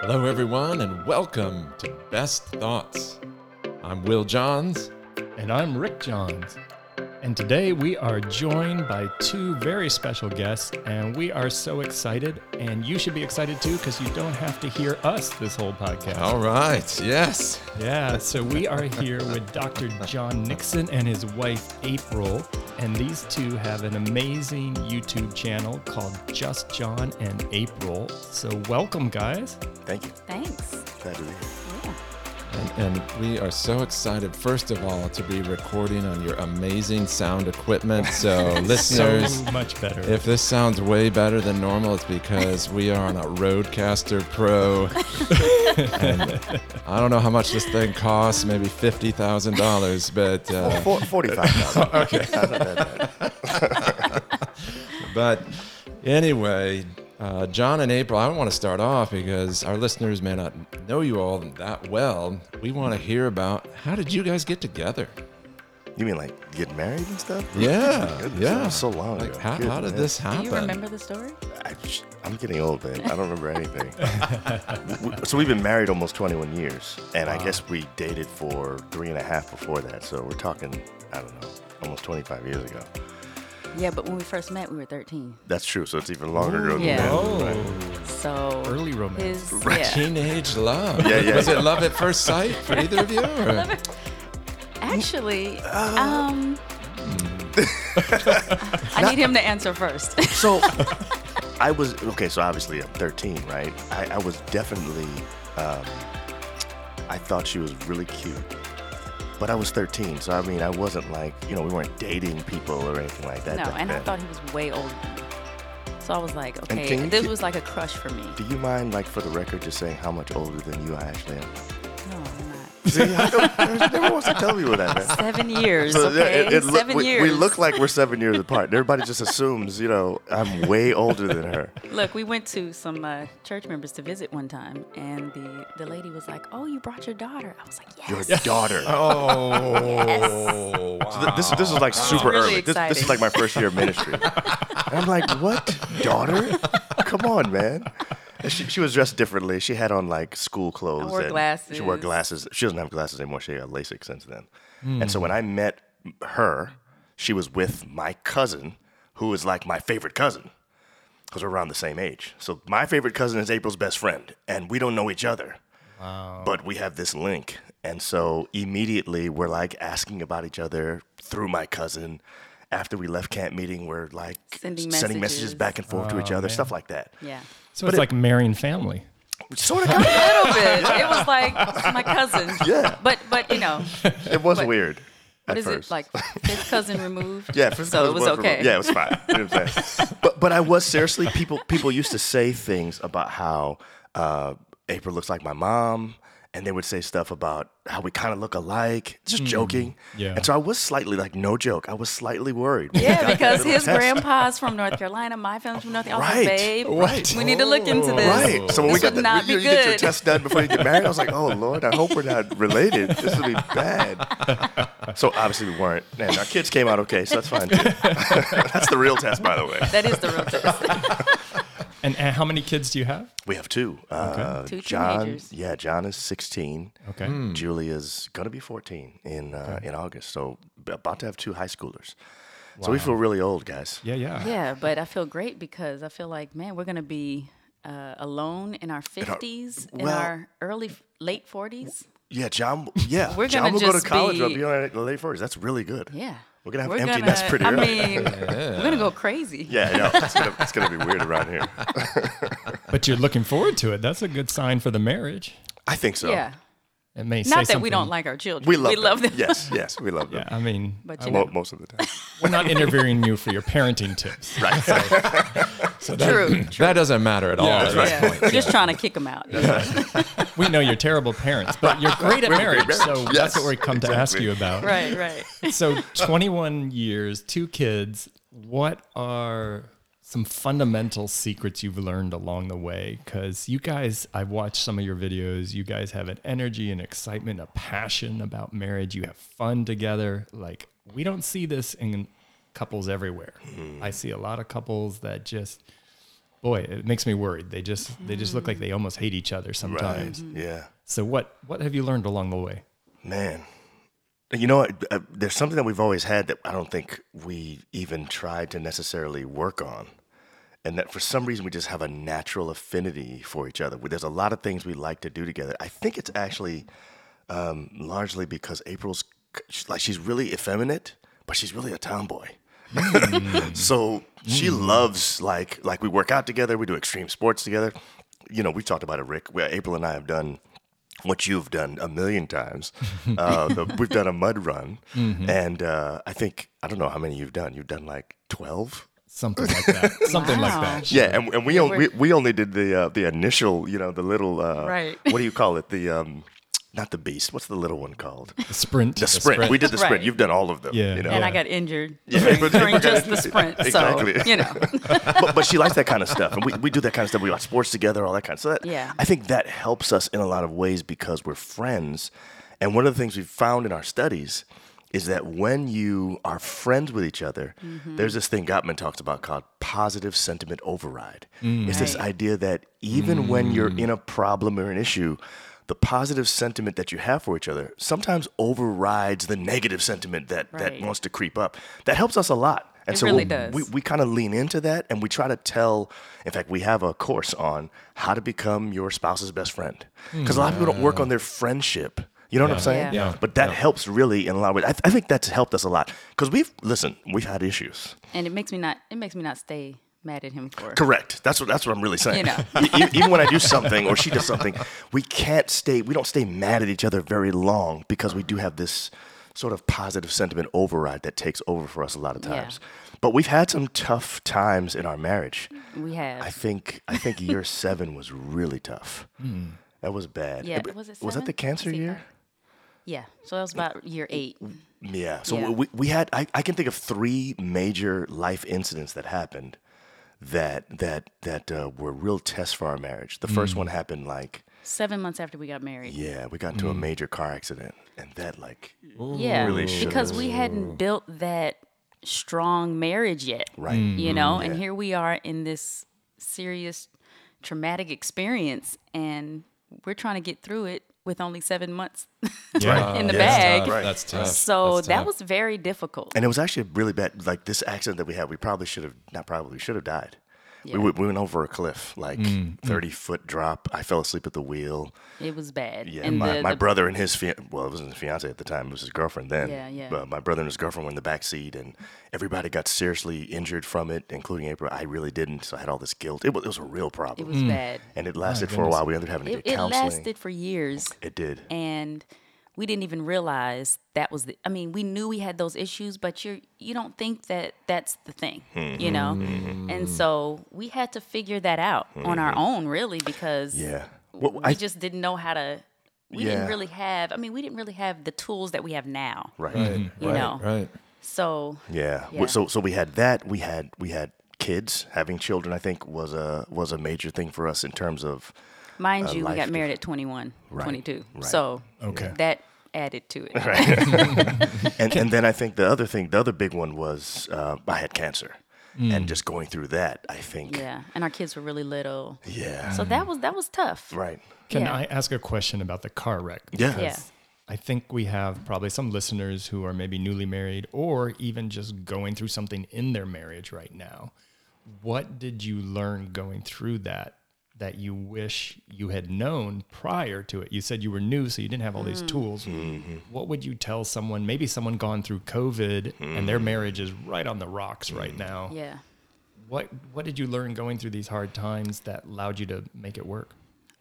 Hello, everyone, and welcome to Best Thoughts. I'm Will Johns. And I'm Rick Johns. And today we are joined by two very special guests, and we are so excited. And you should be excited too, because you don't have to hear us this whole podcast. All right, yes. Yeah, so we are here with Dr. John Nixon and his wife April, and these two have an amazing YouTube channel called Just John and April. So, welcome, guys. Thank you. Thanks. Glad to be here. And, and we are so excited, first of all, to be recording on your amazing sound equipment. So, listeners, So much better. if this sounds way better than normal, it's because we are on a Rodecaster Pro. and I don't know how much this thing costs, maybe $50,000, but. Uh, Four, 45,000. okay. But anyway, uh, John and April, I want to start off because our listeners may not know you all that well. We want to hear about how did you guys get together? You mean like get married and stuff? Yeah, Goodness, that yeah. was so long Like, ago. how, how did Goodness. this happen? Do you remember the story? I just, I'm getting old, man. I don't remember anything. We- so we've been married almost 21 years, and I guess we dated for three and a half before that. So we're talking, I don't know, almost 25 years ago. Yeah, but when we first met, we were 13. That's true. So it's even longer ago than Yeah. that. Oh, So Early romance. His, yeah. Teenage love. Yeah, yeah, Was yeah. it love at first sight for either of you? or- Actually, Uh, um, I need him to answer first. So I was okay. So obviously I'm 13, right? I, I was definitely. Um, I thought she was really cute, but I was 13, so I mean I wasn't like you know we weren't dating people or anything like that. no, back and I then. thought he was way older than me. So I was like, can okay, you this get- was like a crush for me. Do you mind, like, for the record, just saying how much older than you I actually am? No, I'm not. See, I don't- never wants to tell people that. Man. Seven years, So there- okay? it- it look- Seven we, years. we look like we're seven years apart. and Everybody just assumes, you know, I'm way older than her. Look, we went to some uh, church members to visit one time, and the, the lady was like, oh, you brought your daughter. I was like, yes. Your daughter. Oh, Th- This, this is like super really early. This, this is exciting. like my first year of ministry. And I'm like, what? Daughter? Come on, man. And She, she was dressed differently. She had on like school clothes. wore and She wore glasses. She doesn't have glasses anymore. She got LASIK since then. And so when I met her, she was with my cousin, who is like my favorite cousin because we're around the same age. So my favorite cousin is April's best friend, and we don't know each other. But we have this link. And so immediately we're like asking about each other through my cousin. After we left camp meeting, we're like Sending sending messages. back and forth to each other, stuff like that. Yeah. so it's like marrying family. Sort of. little bit. It was like my cousin. Yeah. But but you know, it was What- weird. what at is first. it like? Fifth cousin removed. Yeah, first so cousin it was was from- okay. yeah, it was fine. You know what I'm saying? but but I was seriously people people used to say things about how uh, April looks like my mom, and they would say stuff about how we kind of look alike, just Hmm. joking. yeah. And so I was slightly like, no joke, I was slightly worried. when we Yeah, got because together. his grandpa's from North Carolina, my family's from North Carolina. I was like, Right, Babe, right. we need to look into this. Oh. Right. So when we This got would the, not you, know, be you get your good. test done before you get married, I was like, oh Lord, I hope we're not related. This would be bad. So obviously we weren't, and our kids came out okay, so that's fine. Too. that's the real test, by the way. That is the real test. And, and how many kids do you have? We have two. Uh, Two John, teenagers. Yeah, John is 16. Okay. Hmm. Julia's gonna be 14 in uh, in August. So b- about to have two high schoolers. So we feel really old, guys. Yeah, yeah. yeah, but I feel great because I feel like, man, we're gonna be uh, alone in our fifties, in, well- our early late forties. Yeah, John. Yeah, We're John gonna will go just to college. I'll be- be on the late 40s. That's really good. Yeah. We're gonna have We're empty gonna- nests pretty I early. mean, we're gonna go crazy. yeah, I know. It's gonna, it's gonna be weird around here. But you're looking forward to it. That's a good sign for the marriage. I think so. Yeah. It may say Not that we something- don't like our children. we love we them. love them. Yes, yes, we love Yeah, them. I mean, But I you Mo- most of the time. We're not interviewing you for your parenting tips. Right. True. That doesn't matter at all. Yeah, at that's this Yeah. point. We're just trying to kick them out. We know you're terrible parents, but you're great at marriage. So that's what we come to ask you about. Right, right. So 21 years, two kids. What are some fundamental secrets you've learned along the way? Because you guys, I've watched some of your videos. You guys have an energy and excitement, a passion about marriage. You have fun together. Like, we don't see this in couples everywhere. I see a lot of couples that just boy, it makes me worried. They just they just look like they almost hate each other sometimes. Yeah. So what what have you learned along the way? Man, you know, what? Uh, there's something that we've always had that I don't think we even tried to necessarily work on. And that for some reason we just have a natural affinity for each other. There's a lot of things we like to do together. I think it's actually um, largely because April's she's like she's really effeminate, but she's really a tomboy. so she loves like like we work out together, we do extreme sports together. You know, we've talked about it, Rick. Where April and I have done what you've done a million times. Uh, the, we've done a mud run, and uh, I think I don't know how many you've done. You've done like twelve. Something like that. Something Wow. like that. Yeah, and, and we, on, we we only did the uh, the initial, you know, the little uh, Right. What do you call it? The um, not the beast. What's the little one called? The sprint. The sprint. We did the sprint. Right. You've done all of them. Yeah. You know? And I Yeah. got injured Yeah, during, but- during just the sprint. Exactly. So, you know, but, but she likes that kind of stuff. And we, we do that kind of stuff. We watch sports together, all that kind of stuff. So that- Yeah. I think that helps us in a lot of ways because we're friends. And one of the things we've found in our studies is that when you are friends with each other, Mm-hmm. there's this thing Gottman talks about called positive sentiment override. It's this Right. idea that even when you're in a problem or an issue, the positive sentiment that you have for each other sometimes overrides the negative sentiment that, that Right. wants to creep up. That helps us a lot. And It so really we'll- does. we, we kind of lean into that and we try to tell in fact we have a course on how to become your spouse's best friend because a lot of people don't work on their friendship you know what i'm saying Hmm. Yeah. Yeah. but that helps really in a lot of ways i, th- I think that's helped us a lot because we've listen we've had issues and it makes me not. It makes me not stay mad at him for. it. correct that's what that's what i'm really saying You know. E- e- even when i do something or she does something we can't stay we don't stay mad at each other very long because we do have this sort of positive sentiment override that takes over for us a lot of Yeah. times but we've had some tough times in our marriage We have. I think I think year seven was really tough. That was bad. yeah. but Was it? was that seven? the cancer Let's see, year? five. Yeah. So that was about year eight. Yeah. So Yeah. We, we had I, I can think of three major life incidents that happened that that that uh, were real tests for our marriage. The first one happened like Seven months after we got married. yeah we got into a major car accident and that like Yeah, Really should because we hadn't built that strong marriage yet, right you know. And here we are in this serious traumatic experience, and we're trying to get through it with only seven months. Yeah. In the that's bag. tough. Right. Uh, That's tough. so That's that tough. was very difficult. And it was actually really bad. Like this accident that we had, we probably should have not probably should have died. We, went- we went over a cliff, like thirty foot drop. I fell asleep at the wheel. It was bad. Yeah, and my, the, my the- brother and his fian- well, it wasn't his fiance at the time; it was his girlfriend then. Yeah, yeah. But my brother and his girlfriend were in the back seat, and everybody got seriously injured from it, including April. I really didn't, so I had all this guilt. It was, it was a real it problem, Mm. was bad. and it lasted for a while. We ended up having to It, get it counseling. lasted for years, It did. and we didn't even realize that was the. I mean, we knew we had those issues, but you you don't think that that's the thing, you know. And so we had to figure that out on our own, really, because yeah. Well, we I, just didn't know how to. We Yeah. didn't really have. I mean, we didn't really have the tools that we have now. right. Mm-hmm. right, you right, know. right. So Yeah. Yeah. W So so we had that. We had we had kids. Having children, I think, was a was a major thing for us in terms of Mind you, we life got married at 21, 22. So Okay. that added to it. and, and then I think the other thing, the other big one was uh, I had cancer, and just going through that, I think. Yeah. And our kids were really little. Yeah. So that was that was tough. right. Can Yeah. I ask a question about the car wreck? Yeah. Yeah. I think we have probably some listeners who are maybe newly married or even just going through something in their marriage right now. What did you learn going through that that you wish you had known prior to it? You said you were new, so you didn't have all Mm. these tools. Mm-hmm. What would you tell someone, maybe someone gone through COVID and Mm. their marriage is right on the rocks right now? Yeah. What what did you learn going through these hard times that allowed you to make it work?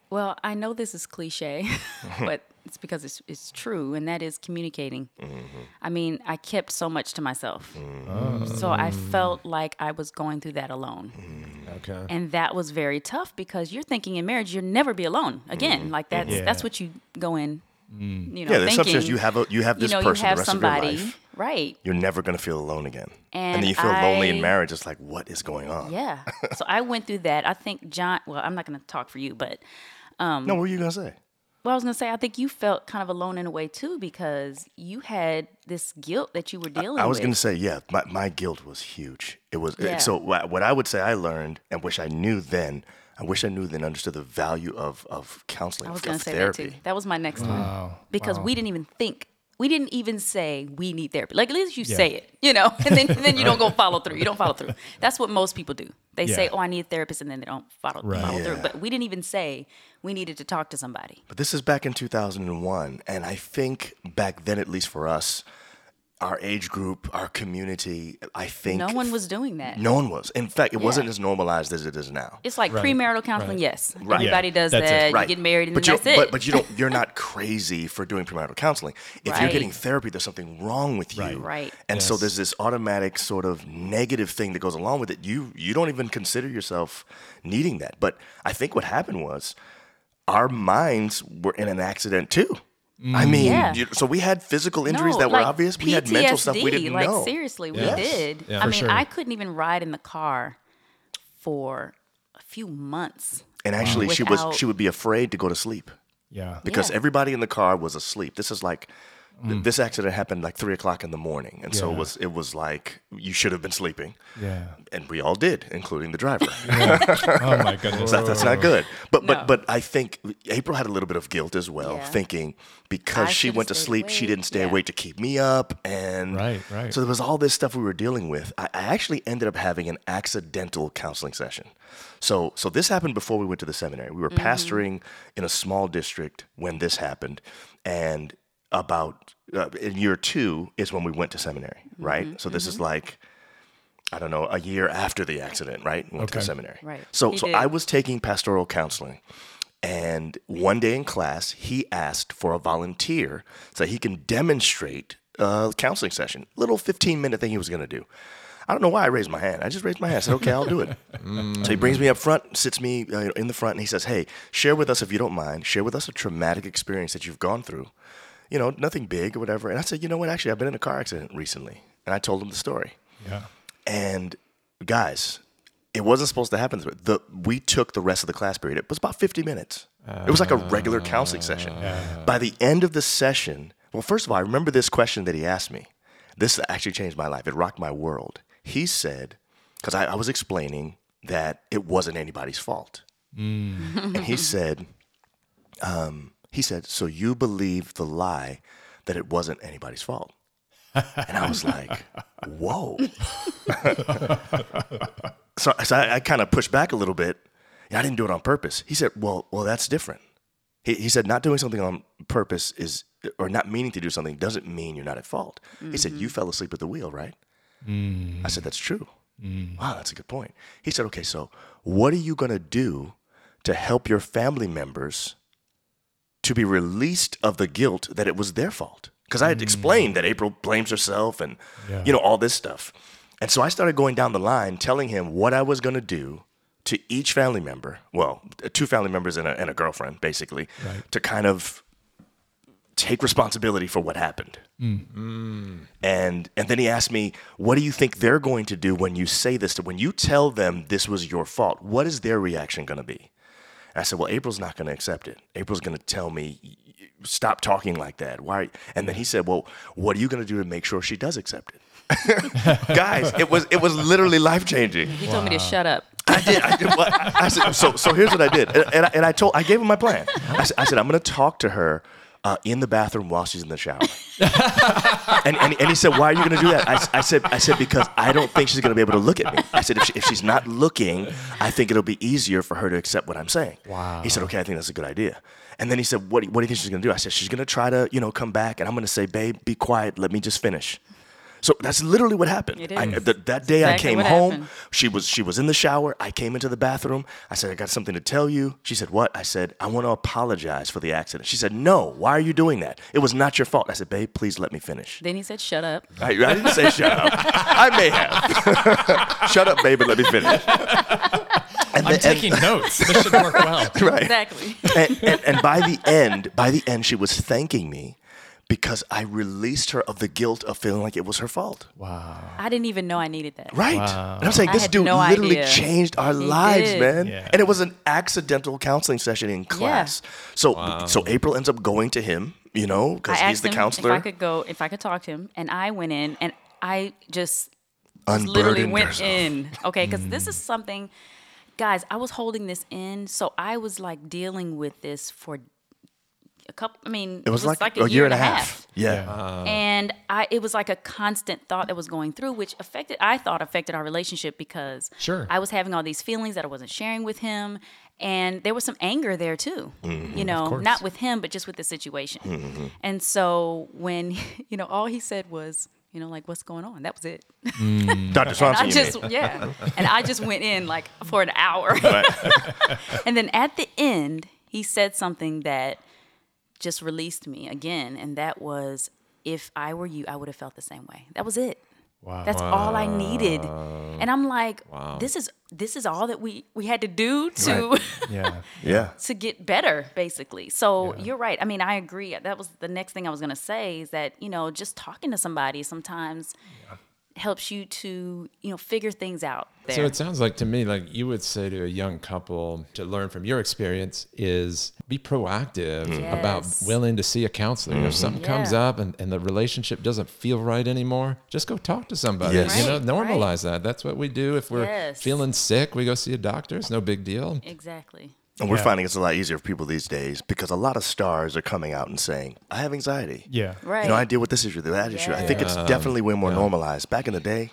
Well, I know this is cliche, but it's because it's it's true, and that is communicating. Mm-hmm. I mean, I kept so much to myself, Mm-hmm. so I felt like I was going through that alone, Mm-hmm. Okay. and that was very tough because you're thinking in marriage you'll never be alone again. Like that's Yeah. Mm. that's what you go in, you know, Mm-hmm. Yeah. There's some thinking. sense you have a, you have you this know, person you have the rest somebody, of your life. right? You're never gonna feel alone again. then And you feel lonely in I- marriage. It's like, what is going on? Yeah. so I went through that. I think John. Well, I'm not going to talk for you, but No, what were you gonna say? Well, I was gonna say, I think you felt kind of alone in a way too because you had this guilt that you were dealing. I was with. going to say, yeah, my, my guilt was huge. It was Yeah. so. wha- What I would say I learned and wish I knew then. I wish I knew then understood the value of of counseling. I was of going to say therapy. that too. That was my next one because we didn't even think. We didn't even say we need therapy. Like at least you say it, you know, and then then you don't go follow through. You don't follow through. That's what most people do. They say, Yeah. "Oh, I need a therapist," and then they don't follow, Right. follow through. Yeah. But we didn't even say we needed to talk to somebody. But this is back in 2001. And I think back then, at least for us, our age group, our community, I think No one was doing that. No one was. In fact, it Yeah. wasn't as normalized as it is now. It's like premarital counseling. Yes, everybody Yeah, does that's it. that. Right. You get married, and but then you, that's it. But, but you don't. You're not crazy for doing premarital counseling. If you're Right. getting therapy, there's something wrong with you. Right. Right. And so there's this automatic sort of negative thing that goes along with it. You you don't even consider yourself needing that. But I think what happened was our minds were in an accident too. I mean, Yeah. you- so we had physical injuries No, that were like obvious. We had mental stuff we PTSD, didn't like, know. Seriously, we Yes. did. Yeah. I For mean, sure. I couldn't even ride in the car for a few months. And actually, she Without- was she would be afraid to go to sleep. Yeah. because Yeah. everybody in the car was asleep. This is like th- this accident happened like three o'clock in the morning, and so it Yeah. was it was like you should have been sleeping, Yeah. and we all did, including the driver. Oh my goodness. So that's not good. But No. but but I think April had a little bit of guilt as well, Yeah. thinking because I she should've went to stayed sleep, she awake. didn't stay Yeah. awake to keep me up, and Right, right. So there was all this stuff we were dealing with. I, I actually ended up having an accidental counseling session. So so this happened before we went to the seminary. We were Mm-hmm. pastoring in a small district when this happened, and about uh, in year two is when we went to seminary, Mm-hmm. right? So this is like. I don't know, a year after the accident, right? Went to the Okay. seminary. Right. So, He so did. I was taking pastoral counseling, and one day in class, he asked for a volunteer so he can demonstrate a counseling session, little 15 minute thing he was going to do. I don't know why I raised my hand. I just raised my hand. I said, okay, I'll do it. So he brings me up front, sits me uh, in the front, and he says, hey, share with us, if you don't mind, share with us a traumatic experience that you've gone through. You know, nothing big or whatever. And I said, you know what? Actually, I've been in a car accident recently. And I told him the story. Yeah. And guys, it wasn't supposed to happen. this way. The we took the rest of the class period. It was about 50 minutes. It was like a regular counseling session. By the end of the session, well, first of all, I remember this question that he asked me. This actually changed my life. It rocked my world. He said, because I, I was explaining that it wasn't anybody's fault, and he said, um, he said, so you believe the lie that it wasn't anybody's fault. And I was like, whoa. so, so I, I kind of pushed back a little bit. And I didn't do it on purpose. He said, well, well, that's different. He, he said, not doing something on purpose is, or not meaning to do something doesn't mean you're not at fault. He said, you fell asleep at the wheel, right? I said, that's true. Wow, that's a good point. He said, okay, so what are you going to do to help your family members to be released of the guilt that it was their fault. Because I had explained that April blames herself and, Yeah. you know, all this stuff. And so I started going down the line telling him what I was going to do to each family member, well, two family members and a, and a girlfriend, basically, to kind of take responsibility for what happened. And, and then he asked me, What do you think they're going to do when you say this? To, when you tell them this was your fault, what is their reaction going to be? I said, "Well, April's not going to accept it. April's going to tell me, y- y- stop talking like that. Why?" And then he said, "Well, what are you going to do to make sure she does accept it?" Guys, it was it was literally life changing. He told me to shut up. I did. I, did well, I, I said, so so here's what I did, and, and, I, and I told I gave him my plan. I, said- I said I'm going to talk to her. Uh, in the bathroom while she's in the shower, and, and, and he said, "Why are you going to do that?" I, s- I said, "I said because I don't think she's going to be able to look at me." I said, if, she, "If she's not looking, I think it'll be easier for her to accept what I'm saying." Wow. He said, "Okay, I think that's a good idea." And then he said, "What do, what do you think she's going to do?" I said, "She's going to try to, you know, come back, and I'm going to say, babe, be quiet, let me just finish.'" So that's literally what happened. It I, is. th- that day Exactly I came what home. happened. She was she was in the shower. I came into the bathroom. I said, I got something to tell you. She said, What? I said, I want to apologize for the accident. She said, No, why are you doing that? It was not your fault. I said, Babe, please let me finish. Then he said, "Shut up." I, I didn't say shut up. I may have. shut up, babe, and let me finish. And I'm the- and- taking notes. This should work well. right Exactly. and, and, and by the end, by the end, she was thanking me because I released her of the guilt of feeling like it was her fault. Wow. I didn't even know I needed that. Right. And I'm saying this had dude no literally idea. changed our lives, did. man. Yeah. And it was an accidental counseling session in class. So so April ends up going to him, you know, I because asked he's the him counselor. if I could go, if I could talk to him, and I went in and I just just Unburdened Mm. literally went herself. in. Okay, because this is something, guys. I was holding this in, so I was like dealing with this for a couple. I mean, It was, like, a, year and a half. Uh. Yeah. and I it was like a constant thought that was going through, which affected I thought affected our relationship because Sure. I was having all these feelings that I wasn't sharing with him, and there was some anger there too, Mm-hmm. you know, not with him but just with the situation. And so when you know all he said was, you know, like what's going on? That was it. Dr. Swanson, I you just mean. yeah, and I just went in like for an hour, and then at the end he said something that just released me again, and that was if I were you, I would have felt the same way. That was it. Wow. That's all I needed, and I'm like, this is this is all that we we had to do to yeah. Yeah. to get better basically so you're right i mean i agree that was the next thing i was going to say is that you know just talking to somebody sometimes helps you to you know figure things out there So it sounds like to me, like you would say to a young couple to learn from your experience is be proactive about Hmm. Yes. Mm-hmm. willing to see a counselor. You know, if something comes Yeah. up and, and the relationship doesn't feel right anymore, just go talk to somebody. Yes. You know, Right, normalize that. That's what we do. If we're Yes. feeling sick, we go see a doctor. It's no big deal. exactly And we're finding it's a lot easier for people these days because a lot of stars are coming out and saying, I have anxiety. Yeah. right You know, I deal with this issue, that issue. I think it's definitely way more normalized. Back in the day,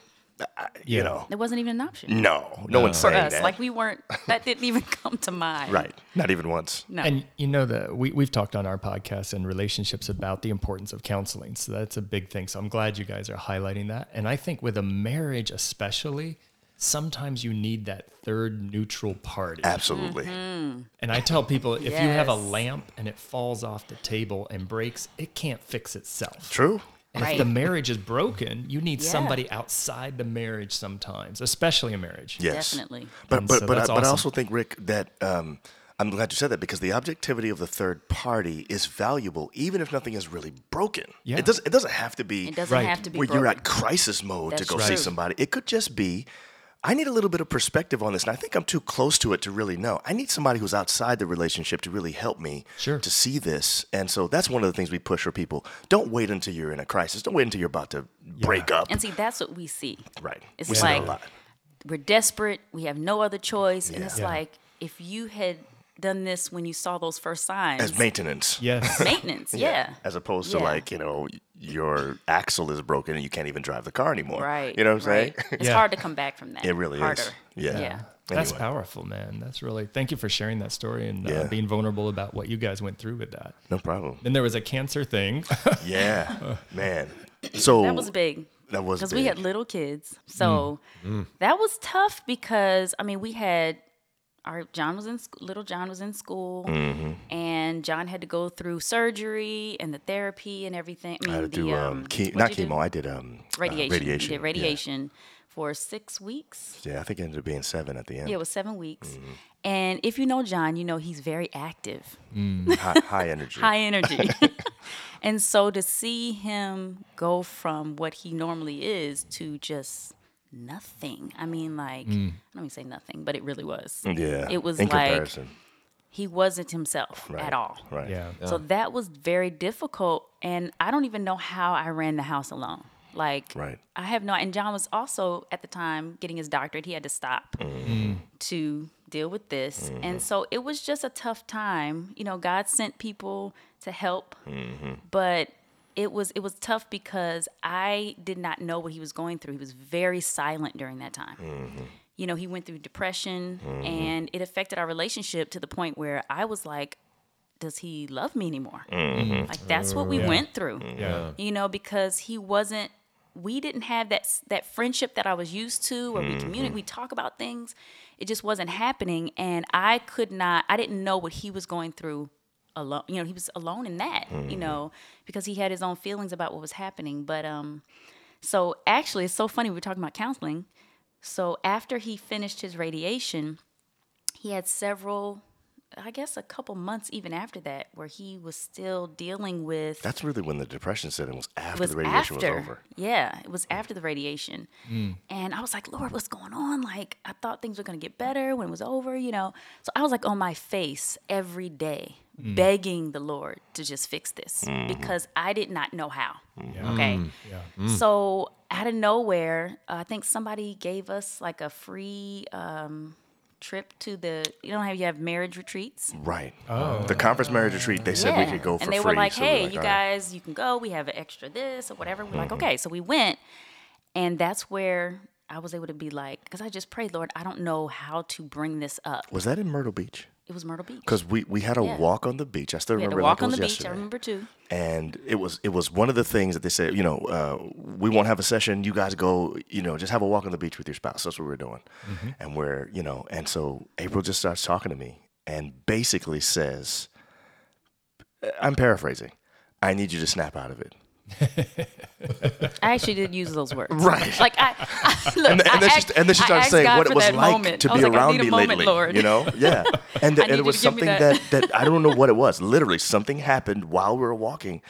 I, you Yeah. know, it wasn't even an option no, no, one's for saying us that. like we weren't that didn't even come to mind right. Not even once. no And you know that we we've talked on our podcast and relationships about the importance of counseling. So that's a big thing. So I'm glad you guys are highlighting that. And I think with a marriage especially, sometimes you need that third neutral party. Absolutely. Mm-hmm. And I tell people if you have a Yes. lamp and it falls off the table and breaks, it can't fix itself. True. And if Right. the marriage is broken, you need Yeah. somebody outside the marriage sometimes, especially a marriage. Yes. Definitely. But And but so but, I, that's but I awesome. also think Rick that um, I'm glad you said that because the objectivity of the third party is valuable even if nothing is really broken. Yeah. It doesn't it doesn't have to be it doesn't Right. have to be where you're broken. at crisis mode to That's go see true. somebody. It could just be I need a little bit of perspective on this, and I think I'm too close to it to really know. I need somebody who's outside the relationship to really help me Sure. to see this. And so that's one of the things we push for people. Don't wait until you're in a crisis. Don't wait until you're about to break up. and see that's what we see right. it's we see that like- a lot. we're desperate we have no other choice and it's Yeah. like if you had done this when you saw those first signs As maintenance. Yes. maintenance yeah As opposed to Yeah. like, you know, your axle is broken and you can't even drive the car anymore. Right. You know what I'm right. saying? It's Yeah. hard to come back from that. It really Harder. is. Yeah. Yeah. That's Anyway. powerful, man. That's really, thank you for sharing that story and Yeah. uh, being vulnerable about what you guys went through with that. No problem. Then there was a cancer thing. Yeah. Man. So That was big. That was Because we had big. Mm. little kids. So that was tough because, I mean, we had our John was in school, little John was in school, Mm-hmm. and John had to go through surgery and the therapy and everything. I mean, I had to the, do um, what'd ke- not you do? chemo. I did um uh, Radiation. radiation. You Yeah. did radiation for six weeks. Yeah. I think it ended up being seven at the end. Yeah, it was seven weeks. Mm-hmm. And if you know John, you know he's very active. high, high energy. high energy. and so to see him go from what he normally is to just nothing. I mean, like, I don't even say nothing, but it really was. Mm. Yeah. It was in like comparison. he wasn't himself Right. at all. Right. yeah. So that was very difficult. And I don't even know how I ran the house alone. Like, Right. I have no, and John was also at the time getting his doctorate. He had to stop to deal with this. And so it was just a tough time. You know, God sent people to help, but it was it was tough because I did not know what he was going through. He was very silent during that time. You know, he went through depression and it affected our relationship to the point where I was like, does he love me anymore? Like that's what we went through Yeah. you know, because he wasn't. We didn't have that s- that friendship that I was used to, where we communicate, we talk about things. It just wasn't happening, and I could not. I didn't know what he was going through alone. You know, he was alone in that. You know, because he had his own feelings about what was happening. But um, so actually, it's so funny we were talking about counseling. So after he finished his radiation, he had several I guess a couple months even after that where he was still dealing with That's really when the depression set in was after was the radiation after. was over. Yeah, it was after the radiation. And I was like, Lord, what's going on? Like, I thought things were going to get better when it was over, you know? So I was like on my face every day, begging the Lord to just fix this Mm-hmm. because I did not know how. Okay. So out of nowhere, uh, I think somebody gave us like a free um, trip to the, you know how you have marriage retreats? Right. Oh. The conference marriage retreat, they said we could go for and they free. were like, so "Hey, you all right." Mm-hmm. guys, you can go. We have an extra this or whatever." We're like, "Okay." So we went, and that's where I was able to be like, because I just prayed, Lord, I don't know how to bring this up. Was that in Myrtle Beach? It was Myrtle Beach. Because we, we had a walk on the beach. I still we had to remember it walk like on it the was beach. yesterday. I remember too. and it was it was one of the things that they said you know uh, we won't have a session you guys go you know just have a walk on the beach with your spouse that's what we're doing and we're you know and so april just starts talking to me and basically says i'm paraphrasing i need you to snap out of it I actually did use those words. Right. Like I, I look, and, I then act- she, and then she I started asked saying God what it for was that like moment. to I was be like, I around need a me moment, lately. Lord. You know, yeah. And, I and need it you was to give me something that. that. that I don't know what it was. Literally, something happened while we were walking.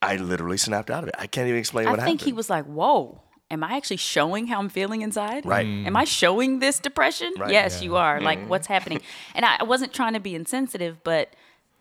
I literally snapped out of it. I can't even explain I what happened. think he was like, "Whoa." Am I actually showing how I'm feeling inside? Right. Am I showing this depression? Right. Mm-hmm. Yes, you are. Like, what's happening? And I, I wasn't trying to be insensitive, but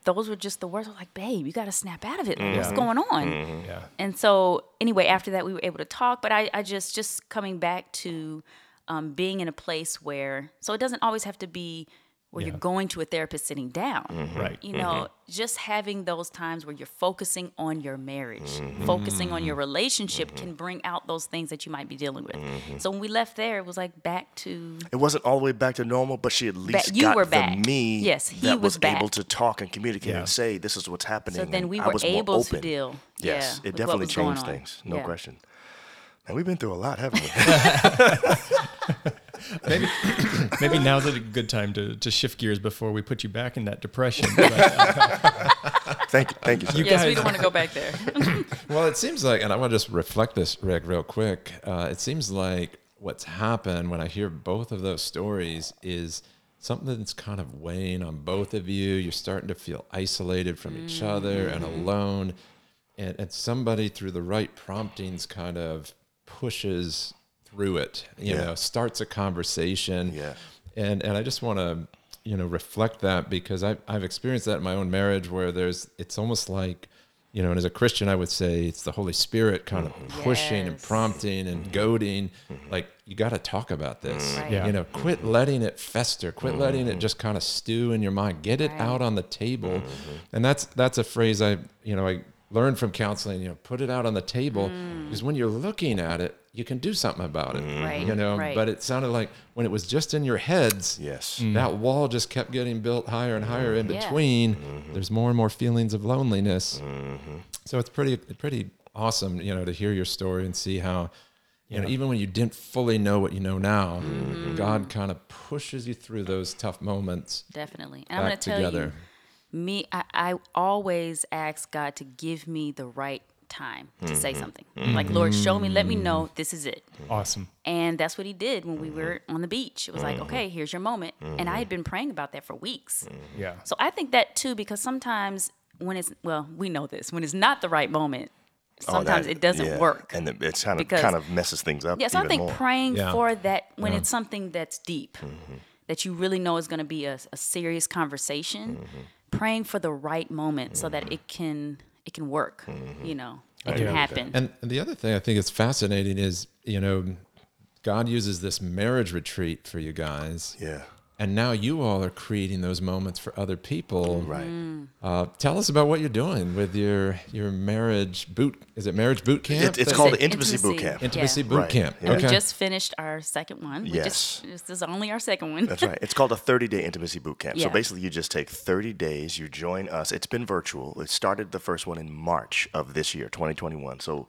those were just the words. I was like, babe, you got to snap out of it. Like, Mm-hmm. What's going on? Yeah. And so, anyway, after that, we were able to talk. But I, I just, just coming back to um, being in a place where, so it doesn't always have to be where you're going to a therapist sitting down Mm-hmm. Right. you know, just having those times where you're focusing on your marriage, Mm-hmm. focusing on your relationship can bring out those things that you might be dealing with. Mm-hmm. So when we left there, it was like back to it wasn't all the way back to normal, but she at least you got were the back. me Yes, he that was, was back. able to talk and communicate Yeah. and say, "This is what's happening." so then and we I were was more able to open. deal. Yes, yeah, it with what definitely was going changed on. things, no Yeah. question. And we've been through a lot, haven't we? Maybe, maybe now's a good time to, to shift gears before we put you back in that depression. But, uh, thank you, thank you. Sir. You Yes, we guys- don't want to go back there. Well, it seems like, and I want to just reflect this, Rick, real quick. Uh, it seems like what's happened when I hear both of those stories is something that's kind of weighing on both of you. You're starting to feel isolated from each other and Mm-hmm. alone. And, and somebody through the right promptings kind of pushes through it, you Yeah. know, starts a conversation Yeah. and and I just want to you know reflect that because I've I've experienced that in my own marriage where there's it's almost like you know and as a Christian I would say it's the Holy Spirit kind of pushing and Mm-hmm. Yes. Mm-hmm. prompting and goading like you got to talk about this Right. Mm-hmm. Yeah. you know quit letting it fester quit letting it just kind of stew in your mind get it out on the table Mm-hmm. and that's that's a phrase I you know I learned from counseling you know put it out on the table Mm. because when you're looking at it you can do something about it Right, Mm-hmm. you know right. but it sounded like when it was just in your heads Mm-hmm. Yes. that wall just kept getting built higher and higher in Yeah. between Mm-hmm. there's more and more feelings of loneliness so it's pretty pretty awesome you know to hear your story and see how you know even when you didn't fully know what you know now Mm-hmm. god kind of pushes you through those tough moments Definitely. And I'm going back to tell together you, me I, I always ask god to give me the right time to say Mm-hmm. something like lord show me let me know this is it awesome. and that's what he did when Mm-hmm. we were on the beach it was like okay here's your moment and i had been praying about that for weeks Mm. Yeah. so i think that too because sometimes when it's well we know this when it's not the right moment Oh, that- sometimes it doesn't yeah. work and it, it's kind of Because- kind of messes things up. yeah, so I even think more. praying Yeah. for that when it's something that's deep, Mm-hmm. that you really know is going to be a, a serious conversation, Mm-hmm. praying for the right moment so that it can it can work, Mm-hmm. you know, it can happen. And and the other thing I think is fascinating is, you know, God uses this marriage retreat for you guys. Yeah. And now you all are creating those moments for other people. Right. Uh, tell us about what you're doing with your your marriage boot. Is it marriage boot camp? It- it's That- called It's the intimacy, boot intimacy. camp. Intim- intimacy Yeah. boot Right. camp. Yeah. we Okay. just finished our second one. We Yes. just, this is only our second one. That's right. It's called a 30 day intimacy boot camp. So Yeah. basically, you just take 30 days, you join us. It's been virtual. It started the first one in March of this year, 2021. So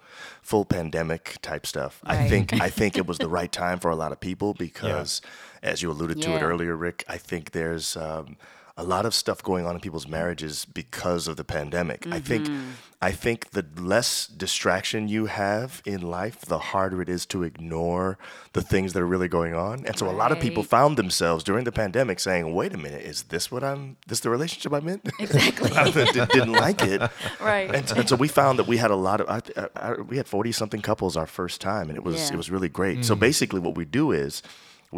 full pandemic type stuff. I Right. think I think it was the right time for a lot of people because, as you alluded to it Yeah. earlier, Rick, I think there's. Um, a lot of stuff going on in people's marriages because of the pandemic. I think Mm-hmm. I think the less distraction you have in life, the harder it is to ignore the things that are really going on. And so a lot of people Right. found themselves during the pandemic saying, "Wait a minute, is this what I'm this the relationship I'm in?" Exactly. Did- didn't like it. right. And, and so we found that we had a lot of I, th- I, I- we had forty something couples our first time, and it was Yeah. it was really great. So basically, what we do is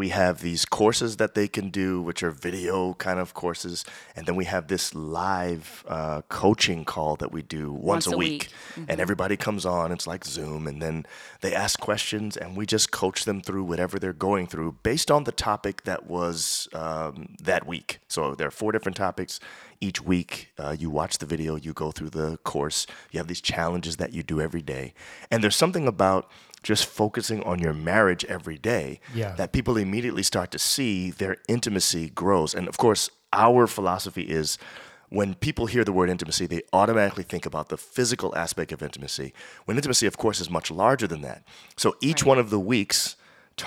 we have these courses that they can do, which are video kind of courses, and then we have this live uh, coaching call that we do once, a week, Mm-hmm. and everybody comes on. It's like Zoom, and then they ask questions, and we just coach them through whatever they're going through based on the topic that was um, that week. So there are four different topics each week uh, you watch the video you go through the course you have these challenges that you do every day and there's something about just focusing on your marriage every day Yeah. that people immediately start to see their intimacy grows and of course our philosophy is when people hear the word intimacy, they automatically think about the physical aspect of intimacy. When intimacy, of course, is much larger than that. So each one of the weeks,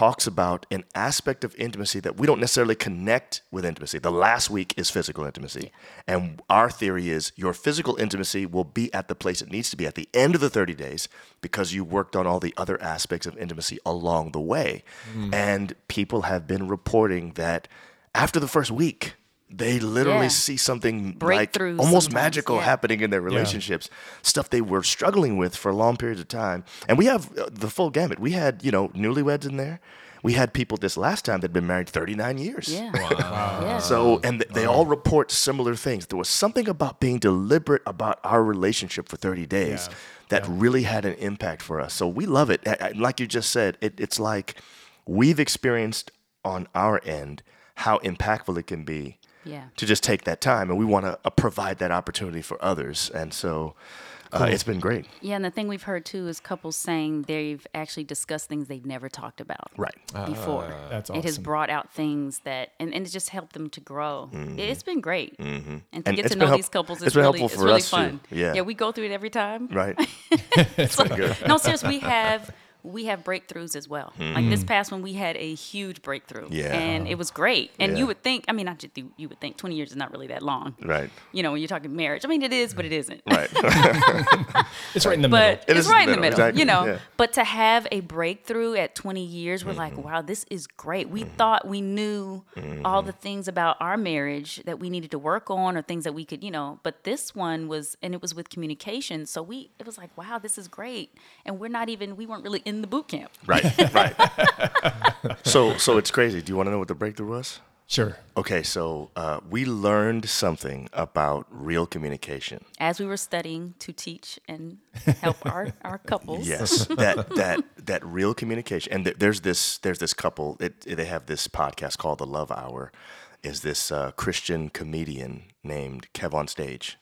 talks about an aspect of intimacy that we don't necessarily connect with intimacy. The last week is physical intimacy. And our theory is your physical intimacy will be at the place it needs to be at the end of the 30 days because you worked on all the other aspects of intimacy along the way. Mm. And people have been reporting that after the first week, they literally Yeah. see something like Breakthroughs almost sometimes, magical yeah. happening in their relationships, stuff they were struggling with for long periods of time. And we have uh, the full gamut. We had, you know, newlyweds in there. We had people this last time that'd been married 39 years. Yeah. yeah. So, and th- they all report similar things. There was something about being deliberate about our relationship for 30 days Yeah. that really had an impact for us. So, we love it. A- a- Like you just said, it, it's like we've experienced on our end how impactful it can be yeah. to just take that time and we want to uh, provide that opportunity for others and so uh, it's been great Yeah, and the thing we've heard too is couples saying they've actually discussed things they've never talked about right before. Uh, That's It has awesome. brought out things that, and, and it just helped them to grow. It's been great, mm-hmm. and to And get it's to been know help- these couples it's is been really, helpful it's for really us, too. fun. Yeah. yeah, we go through it every time. right no, seriously, we have we have breakthroughs as well. Like this past one, we had a huge breakthrough, Hmm. Yeah. and it was great. And Yeah. you would think, I mean, not just you, you would think, twenty years is not really that long, Right. You know, when you're talking marriage, I mean, it is, but it isn't. right It's right in the But It it's is right in the middle, exactly, you know. yeah. But to have a breakthrough at 20 years, we're Mm-hmm. like, wow, this is great. We thought we knew all Mm-hmm. the things about our marriage that we needed to work on or things that we could, you know. But this one was, and it was with communication. So we, it was like, wow, this is great. And we're not even, we weren't really in the boot camp. right right so so it's crazy do you want to know what the breakthrough was middle. Sure. okay so uh, we learned something about real communication As we were studying to teach and help our, our couples. Yes, that that that real communication. And th- there's this there's this couple. It, it- they have this podcast called The Love Hour. Is this uh, Christian comedian named Kev on stage,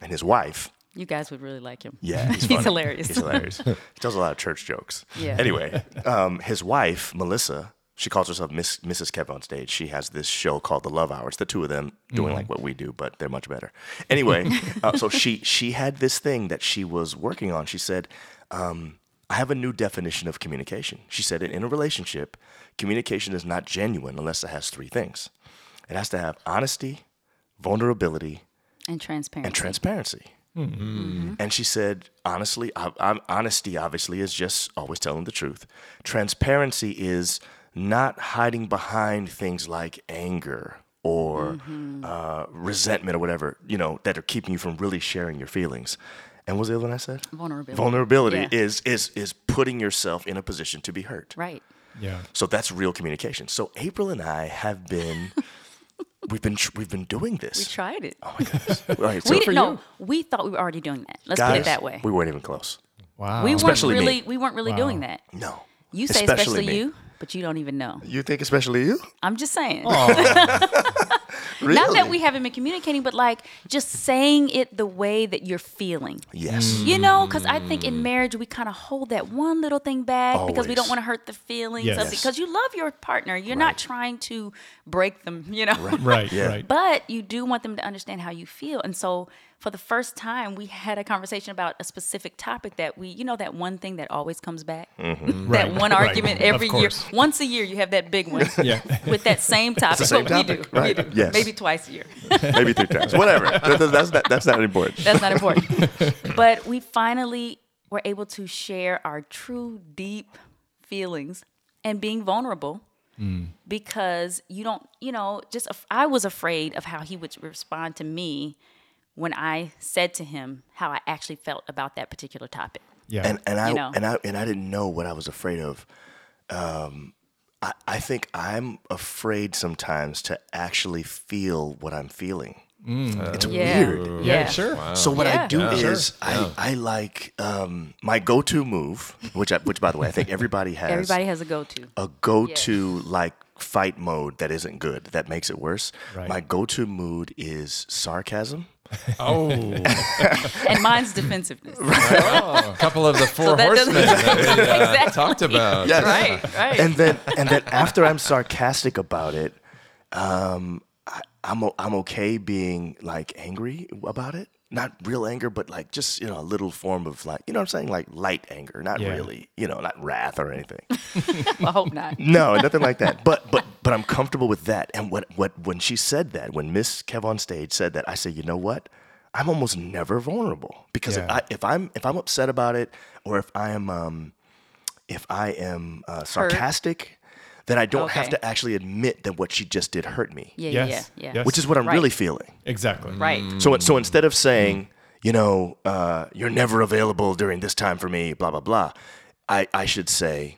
and his wife. You guys would really like him. Yeah, he's, He's funny. hilarious. He's hilarious. he tells a lot of church jokes. Yeah. Anyway, um, his wife Melissa. She calls herself Miss, Mrs. Kev on stage. She has this show called The Love Hour. It's the two of them doing Mm. like what we do, but they're much better. Anyway, uh, so she she had this thing that she was working on. She said, um, "I have a new definition of communication." She said, "In a relationship, communication is not genuine unless it has three things. It has to have honesty, vulnerability, And transparent. and transparency. Mm-hmm. And she said, honestly, I, I'm, honesty obviously is just always telling the truth. Transparency is not hiding behind things like anger or Mm-hmm. uh, resentment or whatever, you know, that are keeping you from really sharing your feelings. And what was the other one I said? Vulnerability. Vulnerability Yeah. is, is, is putting yourself in a position to be hurt. Right. Yeah. So that's real communication. So April and I have been, we've been, tr- we've been doing We this. tried it. Oh my goodness. All right, so- we didn't know. We thought we were already doing that. Let's put Guys, it that way. We weren't even close. Wow. We weren't Especially me. really we weren't really doing that. No. You say especially, you, but you don't even know. You think especially you? I'm just saying. Oh, Really? Not that we haven't been communicating, but like just saying it the way that you're feeling. Yes. You know, because I think in marriage we kind of hold that one little thing back because we Mm. Always. don't want to hurt the feelings Yes. of because you love your partner. You're not trying to break them, you know. Right. Yeah. Right. But you do want them to understand how you feel. And so for the first time, we had a conversation about a specific topic that we, you know, that one thing that always comes back, that one argument every year. course. Once a year, you have that big one Yeah. with that same topic. same but we topic, do, right, we do. yes. maybe twice a year. Maybe three times. Whatever. That- that- that's, not, that's not important. That's not important. but we finally were able to share our true, deep feelings and being vulnerable because you don't, you know, just af- I was afraid of how he would respond to me when I said to him how I actually felt about that particular topic. Yeah. and and I You know. and I and I didn't know what I was afraid of. Um, I I think I'm afraid sometimes to actually feel what I'm feeling. it's Yeah. weird. yeah, Yeah. sure. So what I Yeah. do is I, I like um, my go-to move, which I, which by the way I think everybody has Everybody has a go to. a go-to like fight mode that isn't good that makes it worse. Right. My go-to mood is sarcasm. Oh, And mine's defensiveness. a Oh. couple of the four that doesn't- horsemen that we uh, Exactly. talked about. Yes. Right, right. and then and then after I'm sarcastic about it, um, I, I'm o- I'm okay being like angry about it. Not real anger, but like just you know a little form of like you know what I'm saying, like light anger, not Yeah. really you know not wrath or anything. I hope not. No, nothing like that. But but but I'm comfortable with that. And what what when she said that, when Miss Kev on stage said that, I said, you know what? I'm almost never vulnerable because if, Yeah. I, if I'm if I'm upset about it or if I am um, if I am uh, sarcastic, then I don't have Okay. to actually admit that what she just did hurt me, Yeah, Yes, yeah, yeah. yes. which is what I'm Right. really feeling. Exactly. Right. So so instead of saying, you know, uh, you're never available during this time for me, blah blah blah, I, I should say,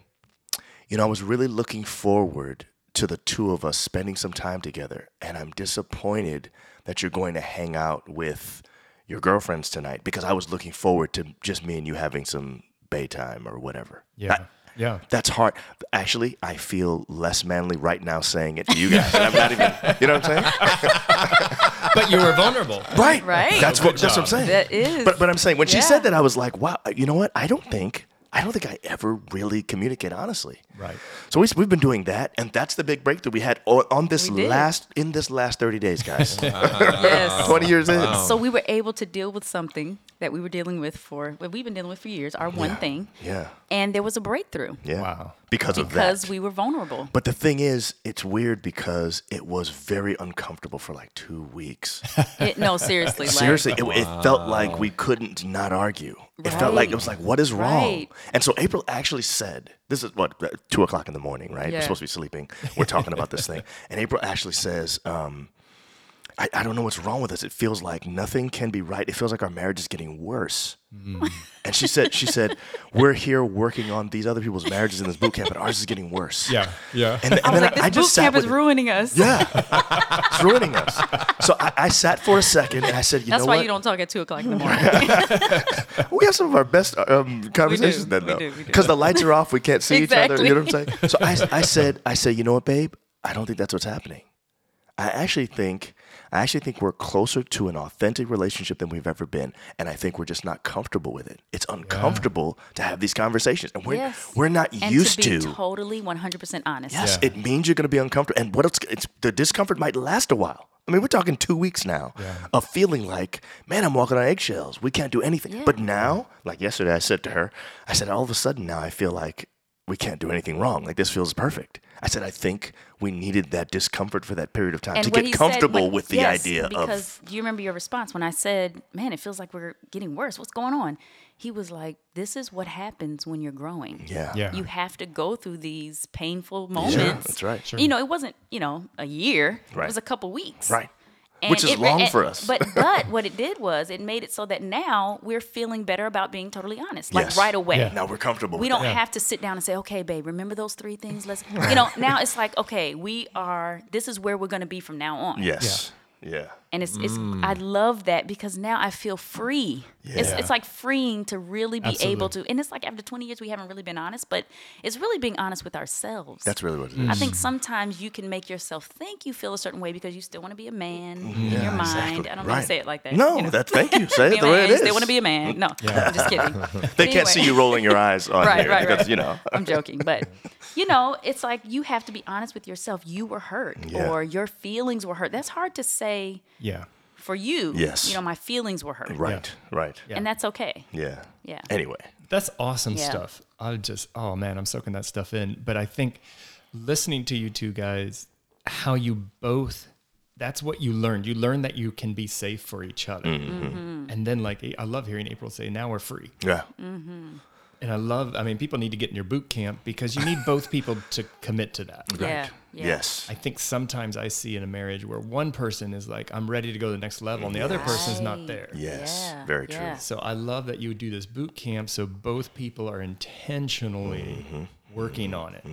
you know, I was really looking forward to the two of us spending some time together, and I'm disappointed that you're going to hang out with your girlfriends tonight because I was looking forward to just me and you having some bay time or whatever. Yeah. I- yeah. that's hard. Actually, I feel less manly right now saying it to you guys. and I'm not even, you know what I'm saying? But you were vulnerable. Right. Right. That's what that's what I'm saying. That is. But but I'm saying when she said Yeah. that I was like, wow, you know what? I don't think I don't think I ever really communicate honestly. Right. So we, we've been doing that, and that's the big breakthrough we had on, on this We did. last in this last 30 days, guys. yes. 20 years in. So we were able to deal with something that we were dealing with for well, we've been dealing with for years, our one thing. Yeah. And there was a breakthrough Yeah. Wow. Because of because that. we were vulnerable. but the thing is, it's weird because it was very uncomfortable for like two weeks. It- no, seriously. like, Seriously, it, it felt like we couldn't not argue. It felt like it Right. was like, what is wrong? Right. And so April actually said, "This is what uh, two o'clock in the morning, right? We're Yeah. supposed to be sleeping. We're talking about this thing." And April actually says, um, I, "I don't know what's wrong with us. It feels like nothing can be right. It feels like our marriage is getting worse." Mm. And she said, "She said we're here working on these other people's marriages in this boot camp, but ours is getting worse." Yeah. Yeah. And, and I was then like, this I, I just boot sat camp with is it. ruining us. Yeah, it's ruining us. So I, I sat for a second and I said, "You That's know why what? you don't talk at two o'clock in the morning. We have some of our best um, conversations then, we though, do, we do. because the lights are off. We can't see each other. You know what I'm saying? Exactly. So I, I said, I said, you know what, babe? I don't think that's what's happening. I actually think, I actually think we're closer to an authentic relationship than we've ever been, and I think we're just not comfortable with it. It's uncomfortable to have these conversations, and we're Yes. we're not and used to to. be totally 100% honest. yes, Yeah. it means you're going to be uncomfortable, and what else? It's the discomfort might last a while. I mean, we're talking two weeks now of feeling like, man, I'm walking on eggshells. We can't do anything. But now, like yesterday, I said to her, I said, all of a sudden now I feel like we can't do anything wrong. Like this feels perfect. I said, I think we needed that discomfort for that period of time And to what get he said comfortable when- with the yes, idea of. because do you remember your response when I said, "Man, it feels like we're getting worse. What's going on?" He was like, "This is what happens when you're growing. Yeah. Yeah. you have to go through these painful moments. Sure, that's right. You know, it wasn't you know a year. Right. It was a couple weeks. Right. And Which is it re- long and- for us. but but what it did was it made it so that now we're feeling better about being totally honest, like Yes. right away. Yeah. Now we're comfortable We with don't that. have to sit down and say, okay, babe, remember those three things? Let's, you know, now it's like, okay, we are, this is where we're going to be from now on. Yes. Yeah. And it's, it's I love that because now I feel free. It's, Yeah. it's like freeing to really be able to. And it's like after 20 years, we haven't really been honest, but it's really being honest with ourselves. That's really what it is. I think sometimes you can make yourself think you feel a certain way because you still want to be a man in your mind. I don't know how Right. to say it like that. No, you know. that, thank you. Say Be it a the way man, it you is. still want to be a man. No, I'm just kidding. They can't see you rolling your eyes on Right, here right, because right. you know. I'm joking, but you know, it's like you have to be honest with yourself. You were hurt, Yeah. or your feelings were hurt. That's hard to say Yeah. for you. Yes. You know, my feelings were hurt. Right. Right. Yeah. And that's okay. Yeah. Yeah. Anyway, That's awesome Yeah. stuff. I just, oh man, I'm soaking that stuff in. But I think listening to you two guys, how you both, that's what you learned. You learned that you can be safe for each other. Mm-hmm. And then, like, I love hearing April say, now we're free. yeah. Mm, And I love, I mean, people need to get in your boot camp because you need both people to commit to that. Yeah. Right. Yes. I think sometimes I see in a marriage where one person is like, I'm ready to go to the next level, and the other person's not there. Yes. Yeah, Very true. yeah. So I love that you do this boot camp so both people are intentionally Mm-hmm. working on it.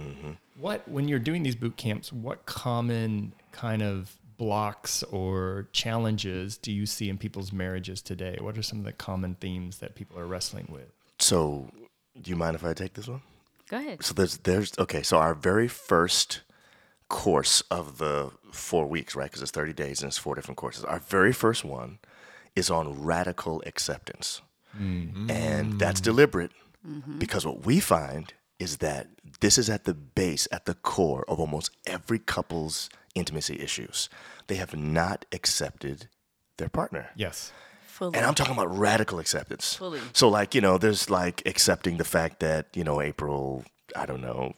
What when you're doing these boot camps, what common kind of blocks or challenges do you see in people's marriages today? What are some of the common themes that people are wrestling with? So, do you mind if I take this one? Go ahead. So there's there's okay. So our very first course of the four weeks, right? Because it's thirty days and it's four different courses. Our very first one is on radical acceptance, and that's deliberate because what we find is that this is at the base, at the core of almost every couple's intimacy issues. They have not accepted their partner. Yes. Fully. And I'm talking about radical acceptance. Fully. So, like, you know, there's like accepting the fact that, you know, April, I don't know,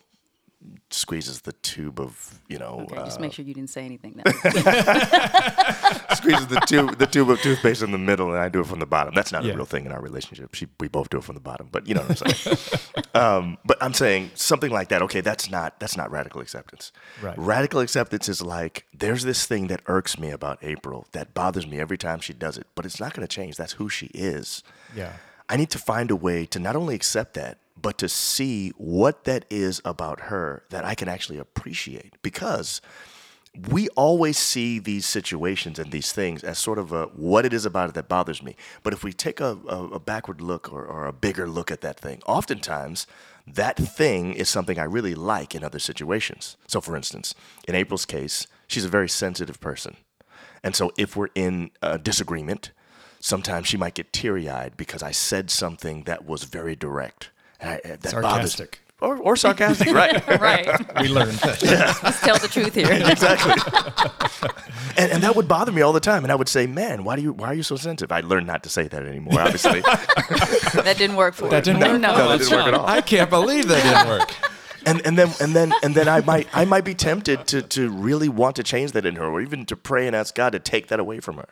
squeezes the tube of, you know, okay, uh, just make sure you didn't say anything. Now. squeezes the tube, the tube of toothpaste in the middle, and I do it from the bottom. That's not Yeah. a real thing in our relationship. She, we both do it from the bottom, but you know what I'm saying. um, but I'm saying something like that. Okay, that's not that's not radical acceptance. Right. Radical acceptance is like there's this thing that irks me about April that bothers me every time she does it, but it's not going to change. That's who she is. Yeah. I need to find a way to not only accept that, but to see what that is about her that I can actually appreciate. Because we always see these situations and these things as sort of a what it is about it that bothers me. But if we take a, a, a backward look or, or a bigger look at that thing, oftentimes that thing is something I really like in other situations. So, for instance, in April's case, she's a very sensitive person. And so if we're in a disagreement, sometimes she might get teary eyed because I said something that was very direct. And I, uh, that bothers me. Sarcastic. Or, or sarcastic, right? right. We learned. Let's tell the truth here. exactly. and, and that would bother me all the time. And I would say, man, why, do you, why are you so sensitive? I learned not to say that anymore, obviously. That didn't work for That you. didn't work. No. No, that didn't work at all. I can't believe that didn't work. and and then and then and then I might I might be tempted to to really want to change that in her, or even to pray and ask God to take that away from her.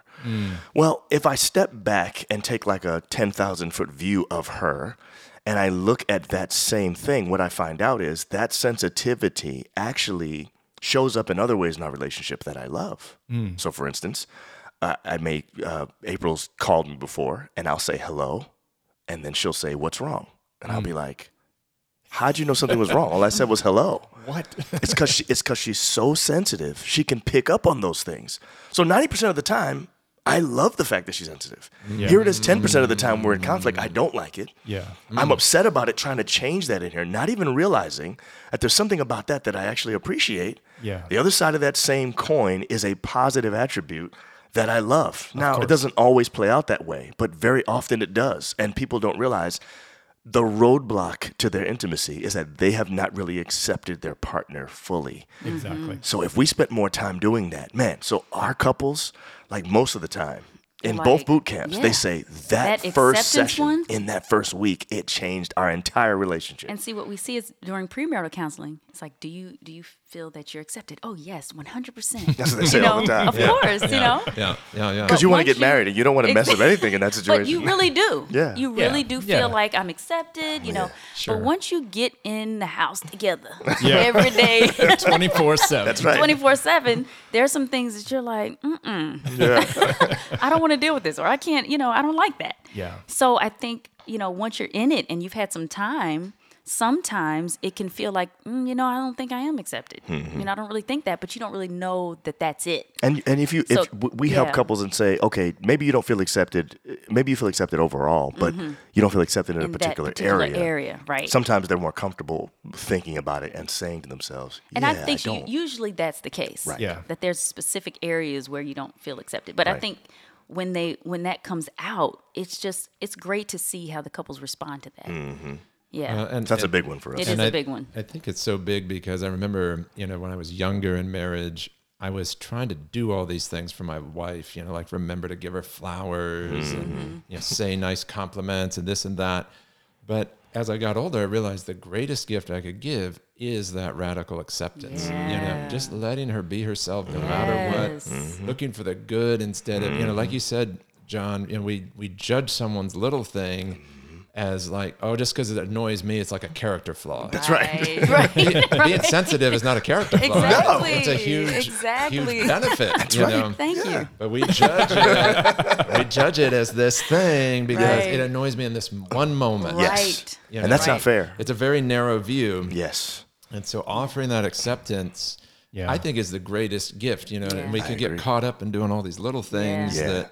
Well, if I step back and take like a ten thousand foot view of her, and I look at that same thing, what I find out is that sensitivity actually shows up in other ways in our relationship that I love. So, for instance. Uh, I may, uh, April's called me before, and I'll say hello, and then she'll say, What's wrong? And I'll be like, How'd you know something was wrong? All I said was hello. What? It's because she, it's 'cause she's so sensitive. She can pick up on those things. So 90% of the time, I love the fact that she's sensitive. Here it is 10% of the time we're in conflict. I don't like it. Yeah. I'm upset about it, trying to change that in here, not even realizing that there's something about that that I actually appreciate. Yeah. The other side of that same coin is a positive attribute that I love. now, it doesn't always play out that way, but very often it does. And people don't realize the roadblock to their intimacy is that they have not really accepted their partner fully. Mm-hmm. Mm-hmm. Exactly. So if we spent more time doing that, man, so our couples, like most of the time, in Like, both boot camps, yeah. they say that, That first acceptance session one? in that first week, it changed our entire relationship. And see what we see is during premarital counseling. It's like, do you do you feel that you're accepted? Oh yes, one hundred percent. That's what they say all the time. Of course, you know. Yeah, yeah, yeah. Because you want to Once get you- married and you don't want to mess up Exactly. anything in that situation. But you really do. Yeah. You really Yeah. do Yeah. feel like I'm accepted, you know. Sure. But once you get in the house together Yeah. every day, 24 7. That's right. 24 7, there are some things that you're like, mm-mm, Yeah. I don't want to deal with this, or I can't, you know, I don't like that. Yeah. So I think, you know, once you're in it and you've had some time, sometimes it can feel like, mm, you know, I don't think I am accepted. Mm-hmm. You know, I don't really think that, but you don't really know that that's it. and and if you if So, w- we help yeah. couples and say, okay, maybe you don't feel accepted, maybe you feel accepted overall, but you don't feel accepted in, Mm-hmm. in a particular, that particular area. area. right. Sometimes they're more comfortable thinking about it and saying to themselves, And yeah, I think you, don't. usually that's the case. Right. Yeah. That there's specific areas where you don't feel accepted. But I Right. think when they when that comes out, it's just it's great to see how the couples respond to that. Mm-hmm. Yeah. Uh, and, That's a big one for us. it is and a I- big one. I think it's so big because I remember, you know, when I was younger in marriage, I was trying to do all these things for my wife, you know, like remember to give her flowers Mm-hmm. and you know, say nice compliments and this and that. But as I got older, I realized the greatest gift I could give is that radical acceptance. You know, just letting her be herself no matter what, Yes. looking for the good instead of, you know, like you Mm-hmm. said, John, you know, we, we judge someone's little thing Mm-hmm. as like, oh, just because it annoys me, it's like a character flaw. That's right. Right. right. Being sensitive is not a character flaw. Exactly. It's a huge, Exactly. huge benefit. you know? Thank you. But we judge it. we judge it as this thing because Right. it annoys me in this one moment. Yes. Right. You and that's know? not fair. It's a very narrow view. yes. And so offering that acceptance, Yeah. I think is the greatest gift, you know, Yeah. and we I can get agree. caught up in doing all these little things Yeah. Yeah. that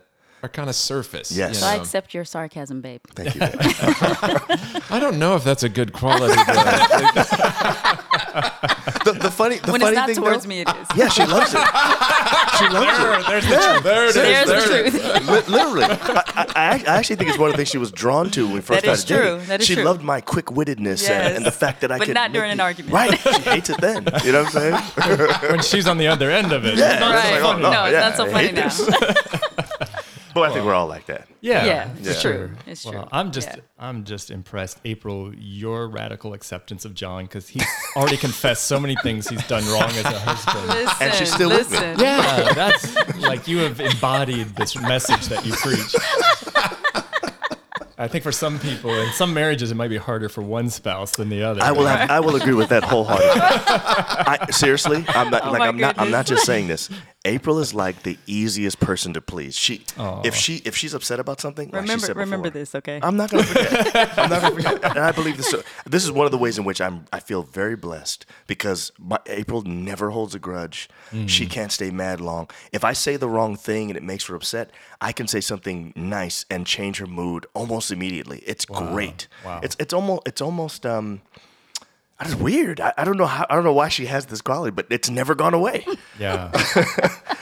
are kind of surface. Yes. So I know. accept your sarcasm, babe. Thank you. babe. I don't know if that's a good quality. but- the, the funny, the When funny it's not thing towards though- me, it is. Yeah, she loves it. She loves it. there's the truth. there it is. There's there it the is. truth. Li- Literally, I, I, I actually think it's one of the things she was drawn to when we first That is started dating. true. That is she true. loved my quick wittedness and, Yes. and the fact that I But could. not make during an you- argument. Right. She hates it then. You know what I'm saying? when she's on the other end of it. Yeah. Right. It's like, oh, no, no, it's yeah, not so I funny hate now. this. Boy, I think we're all like that. Yeah, Yeah, for it's true. It's Well, true. I'm just Yeah. I'm just impressed, April, your radical acceptance of John because he's already confessed so many things he's done wrong as a husband. Listen, And she's still with me. listen. Yeah, that's like you have embodied this message that you preach. I think for some people, in some marriages, it might be harder for one spouse than the other. I will have, I will agree with that wholeheartedly. I, seriously, I'm not like Oh my I'm not I'm not goodness. just saying this. April is like the easiest person to please. She if she if she's upset about something, like she Remember, said remember before, this, okay? I'm not gonna forget. I'm not gonna forget. And I believe this. This is one of the ways in which I'm. I feel very blessed because my April never holds a grudge. Hmm. She can't stay mad long. If I say the wrong thing and it makes her upset, I can say something nice and change her mood almost immediately. It's great. Wow. It's it's almost it's almost um. It's weird. I, I don't know how. I don't know why she has this quality, but it's never gone away. yeah,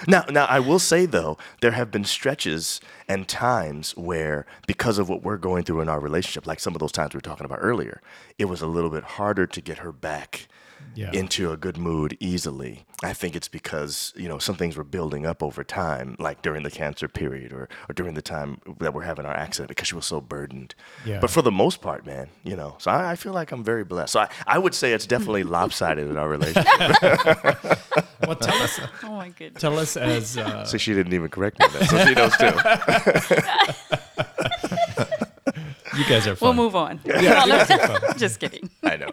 Now, now I will say though, there have been stretches and times where, because of what we're going through in our relationship, like some of those times we were talking about earlier, it was a little bit harder to get her back Yeah. into a good mood easily. I think it's because you know some things were building up over time, like during the cancer period or, or during the time that we're having our accident, because she was so burdened. Yeah. But for the most part, man, you know, so I, I feel like I'm very blessed. So I, I would say it's definitely lopsided in our relationship. Well, tell us, oh my goodness. tell us as uh, so she didn't even correct me. on That, so she knows too. you guys are. Fun. We'll move on. No, let's- just kidding. I know.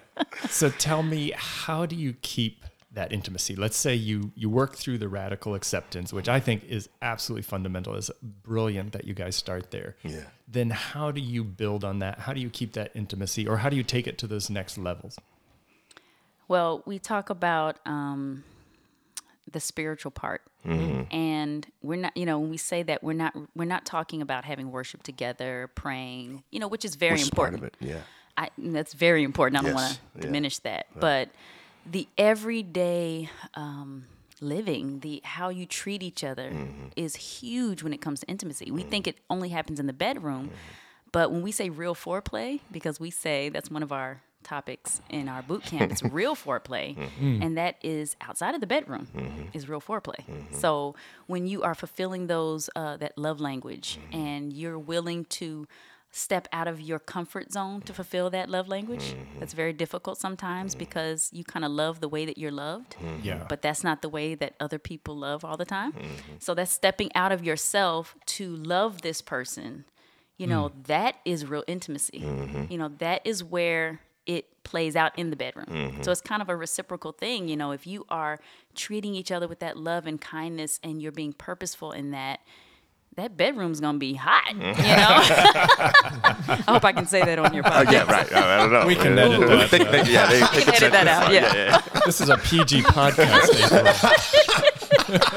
So tell me, how do you keep that intimacy? Let's say you you work through the radical acceptance, which I think is absolutely fundamental. It's brilliant that you guys start there. Yeah. Then how do you build on that? How do you keep that intimacy, or how do you take it to those next levels? Well, we talk about um, the spiritual part, Mm-hmm. and we're not. You know, when we say that, we're not. We're not talking about having worship together, praying. You know, which is very Which is part important. of it, yeah. I, and that's very important. I don't Yes, want yeah. to diminish that, but the everyday um, living, the how you treat each other, is huge when it comes to intimacy. We think it only happens in the bedroom, but when we say real foreplay, because we say that's one of our topics in our boot camp, it's real foreplay, and that is outside of the bedroom is real foreplay. So when you are fulfilling those uh, that love language and you're willing to step out of your comfort zone to fulfill that love language. That's very difficult sometimes because you kind of love the way that you're loved, Yeah. but that's not the way that other people love all the time. So that's stepping out of yourself to love this person. You know, that is real intimacy. You know, that is where it plays out in the bedroom. So it's kind of a reciprocal thing. You know, if you are treating each other with that love and kindness and you're being purposeful in that, that bedroom's gonna be hot, you know. I hope I can say that on your podcast. Yeah, right. I, I don't know. We can edit that. They- they- yeah, they, they You can edit that out. Yeah. this is a PG podcast. April.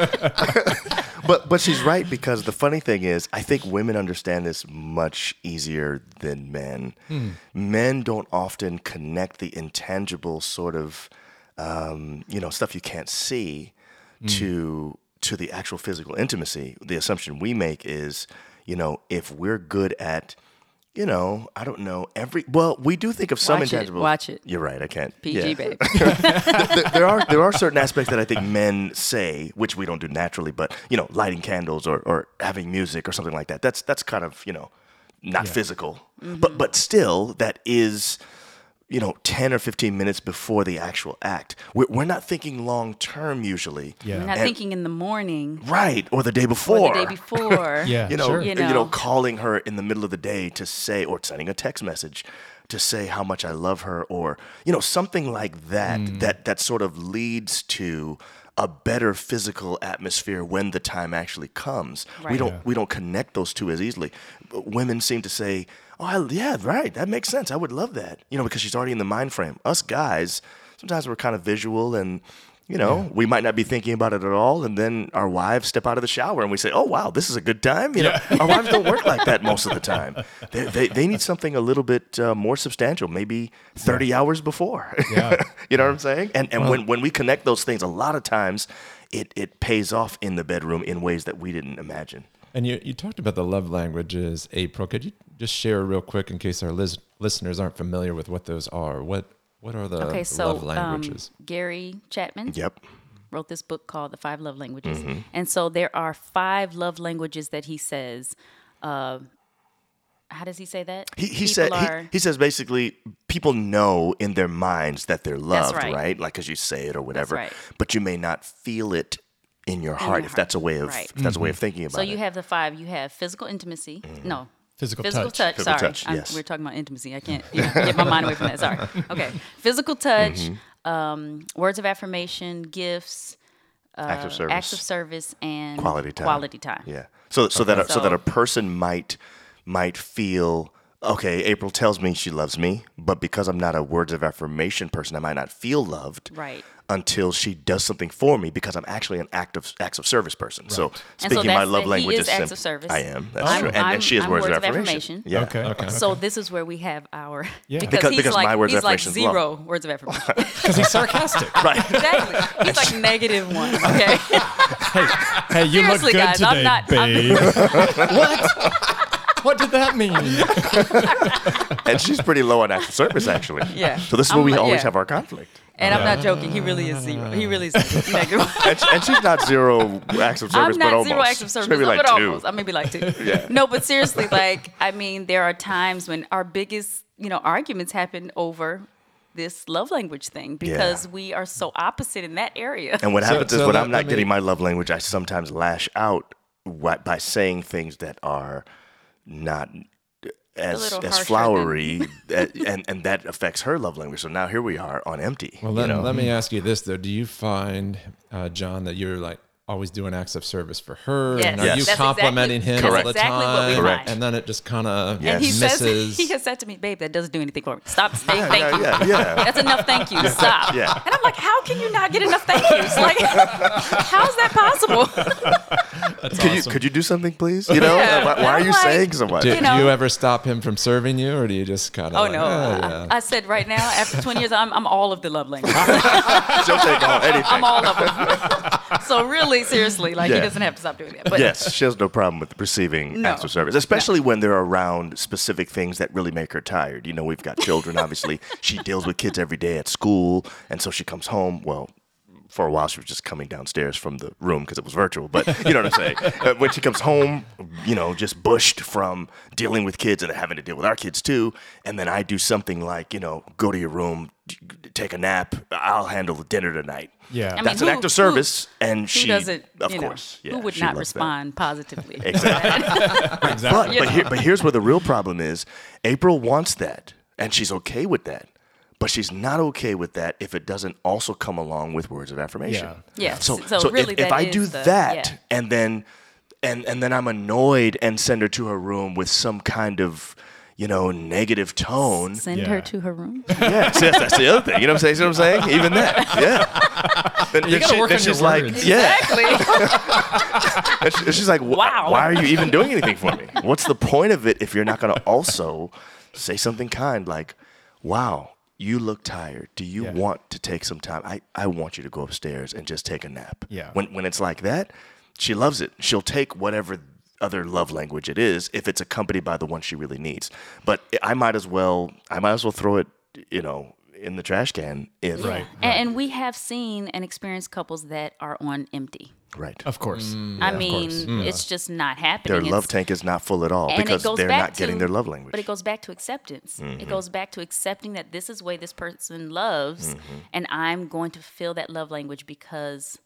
But but she's right because the funny thing is, I think women understand this much easier than men. Hmm. Men don't often connect the intangible sort of um, you know stuff you can't see Hmm. to to the actual physical intimacy. The assumption we make is, you know, if we're good at you know, I don't know every. Well, we do think of some Watch it, intangibles. watch it. You're right. I can't. PG yeah. baby. there, there are there are certain aspects that I think men say, which we don't do naturally, but you know, lighting candles or, or having music or something like that. That's that's kind of you know, not physical, Mm-hmm. but but still that is, you know, ten or fifteen minutes before the actual act. We're, we're not thinking long term usually, I'm Yeah. not And- thinking in the morning right? Or the day or before, the day before. Yeah. you know, sure. You you know, know. calling her in the middle of the day to say, or sending a text message to say how much I love her, or you know, something like that. Hmm. That that sort of leads to a better physical atmosphere when the time actually comes. We Right. don't we don't connect those two as easily. But women seem to say, "Oh, I, yeah, right, that makes sense. I would love that," you know, because she's already in the mind frame. Us guys, sometimes we're kind of visual and. You know, we might not be thinking about it at all, and then our wives step out of the shower and we say, "Oh wow, this is a good time." You know, our wives don't work like that most of the time. They, they, they need something a little bit uh, more substantial, maybe thirty hours before. Yeah. you know what I'm saying? And and when, when we connect those things, a lot of times it it pays off in the bedroom in ways that we didn't imagine. And you, you talked about the love languages, April. Could you just share real quick in case our lis- listeners aren't familiar with what those are? What what are the Okay, so love um, languages? Gary Chapman Yep. wrote this book called The Five Love Languages. Mm-hmm. And so there are five love languages that he says. Uh, how does he say that? He, he People said are- he, he says basically people know in their minds that they're loved, right. right? Like as you say it or whatever, right. but you may not feel it in your heart your if that's a way of right. if that's a way of thinking about so it. Mm-hmm. you have the five. You have physical intimacy. No. Physical touch. Physical sorry, touch, I'm- yes. Mm-hmm. we're talking about intimacy. I can't you know, get my mind away from that. Sorry. Okay, physical touch, um, words of affirmation, gifts, Acts of uh, service. acts of service, and Quality time. Quality time. Yeah. So so that a, so, So- that a person might might feel okay. April tells me she loves me, but because I'm not a words of affirmation person, I might not feel loved. Right. Until she does something for me, because I'm actually an act of acts of service person. So so speaking my that's love the- he language is acts simp- of service. I am. That's I'm- true. And, I'm- and she is I'm words, of affirmation. Yeah. Okay. Okay. So this is where we have our Because- because he's because like my words of he's like affirmation is love. zero words of affirmation. Because he's sarcastic. exactly. He's like negative one. Okay. Hey, you look Seriously, good guys, today, I'm not- babe. what? What did that mean? And she's pretty low on acts of service actually. Yeah. So this is I'm where we like- always yeah. have our conflict. And I'm not joking. He really is zero. He really is negative. one. And, and she's not zero acts of service, I'm but not almost. zero acts of service, She's maybe like but two. almost. I'm maybe like two. No, but seriously, like I mean, there are times when our biggest, you know, arguments happen over this love language thing because we are so opposite in that area. And what happens is so when let- I'm not let me- getting my love language, I sometimes lash out wh- by saying things that are not as little as harsher flowery, that- and and that affects her love language. So now here we are on empty. Well, let, let me ask you this though: Do you find, uh, John, that you're like always doing acts of service for her, and are Yes. you That's complimenting exactly- him that's all the exactly what we time? Correct. And then it just kind of Yes. And he misses. says he has said to me, "Babe, that doesn't do anything for me. Stop saying thank yeah, yeah, you. yeah. That's enough. Thank you. Stop." Yeah. And I'm like, "How can you not get enough thank yous? Like, how is that possible?" could you could you do something, ples? You know, Yeah. why, why are I'm you like- saying so much? do, You do know. you ever stop him from serving you, or do you just kind of? Oh like, no! "Eh, I- yeah." I, said right now, after 20 years, I'm, I'm all of the love language. She'll take all anything. I'm all of them. so really, seriously, like Yeah. he doesn't have to stop doing that. But yes, she has no problem with receiving No. acts of service, especially when they're around specific things that really make her tired. You know, we've got children, obviously. she deals with kids every day at school, and so she comes home. Well, for a while, she was just coming downstairs from the room because it was virtual, but you know what I'm saying? Uh, when she comes home, you know, just bushed from dealing with kids and having to deal with our kids too. And then I do something like, you know, go to your room, d- d- take a nap, I'll handle the dinner tonight. Yeah. I mean, That's an who- act of who- service, and who she, doesn't? of you know, course, yeah, who would she not loves that. respond positively? But, Exactly. but, here, but here's where the real problem is April wants that, and she's okay with that. But she's not okay with that if it doesn't also come along with words of affirmation. Yeah. Yeah, So, so so really if, if that I is do the- that yeah. and then and and then I'm annoyed and send her to her room with some kind of you know negative tone. Send Yeah. her to her room. yes, yes, that's the other thing. You know what I'm saying? See what I'm saying? Even that. Yeah. Then, then gotta she- work then on your she's like, words. yeah. Exactly. And she- she's like, wow. Wow. Why are you even doing anything for me? What's the point of it if you're not going to also say something kind like, wow, you look tired. Do you Yeah. want to take some time? I, I want you to go upstairs and just take a nap. Yeah. When, when it's like that, she loves it. She'll take whatever other love language it is if it's accompanied by the one she really needs. But I might as well I might as well throw it, you know, in the trash can if Right. A- And, we have seen and experienced couples that are on empty. right. Mm, Of course. I mean, Mm. it's just not happening. Their It's- love tank is not full at all and it because goes they're back not getting to- their love language. But it goes back to acceptance. It goes back to accepting that this is the way this person loves, and I'm going to feel that love language because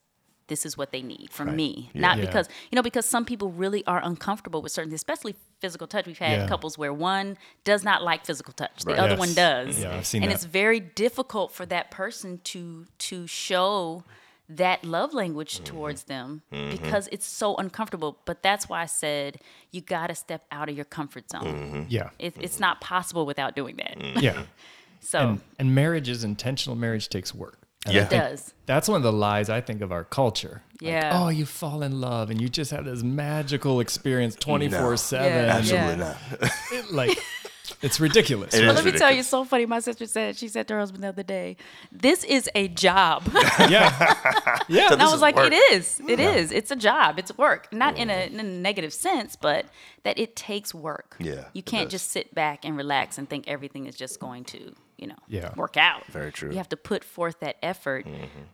this is what they need from me. Not Yeah. because you know, because some people really are uncomfortable with certain, especially physical touch. We've had Yeah. couples where one does not like physical touch, the other Yes. one does, Yeah, I've seen and that. it's very difficult for that person to to show that love language towards them because it's so uncomfortable. But that's why I said you got to step out of your comfort zone. Yeah. It, It's not possible without doing that. Mm. Yeah. So And, and marriage is intentional. Marriage takes work. And I Yeah. it does. That's one of the lies I think of our culture. Like, Yeah. oh, you fall in love and you just have this magical experience 24 Yeah. 7. Absolutely not. Like, it's ridiculous. It Well, is let me tell you, ridiculous. it's so funny. My sister said she said to her husband the other day, "This is a job." Yeah. Yeah. and I This was is like, work. Mm-hmm. "It is. It is. It's a job. It's work. Not in a, in a negative sense, but that it takes work. Yeah, you it can't does. just sit back and relax and think everything is just going to, you know, Yeah. work out. Very true. Mm-hmm. You have to put forth that effort.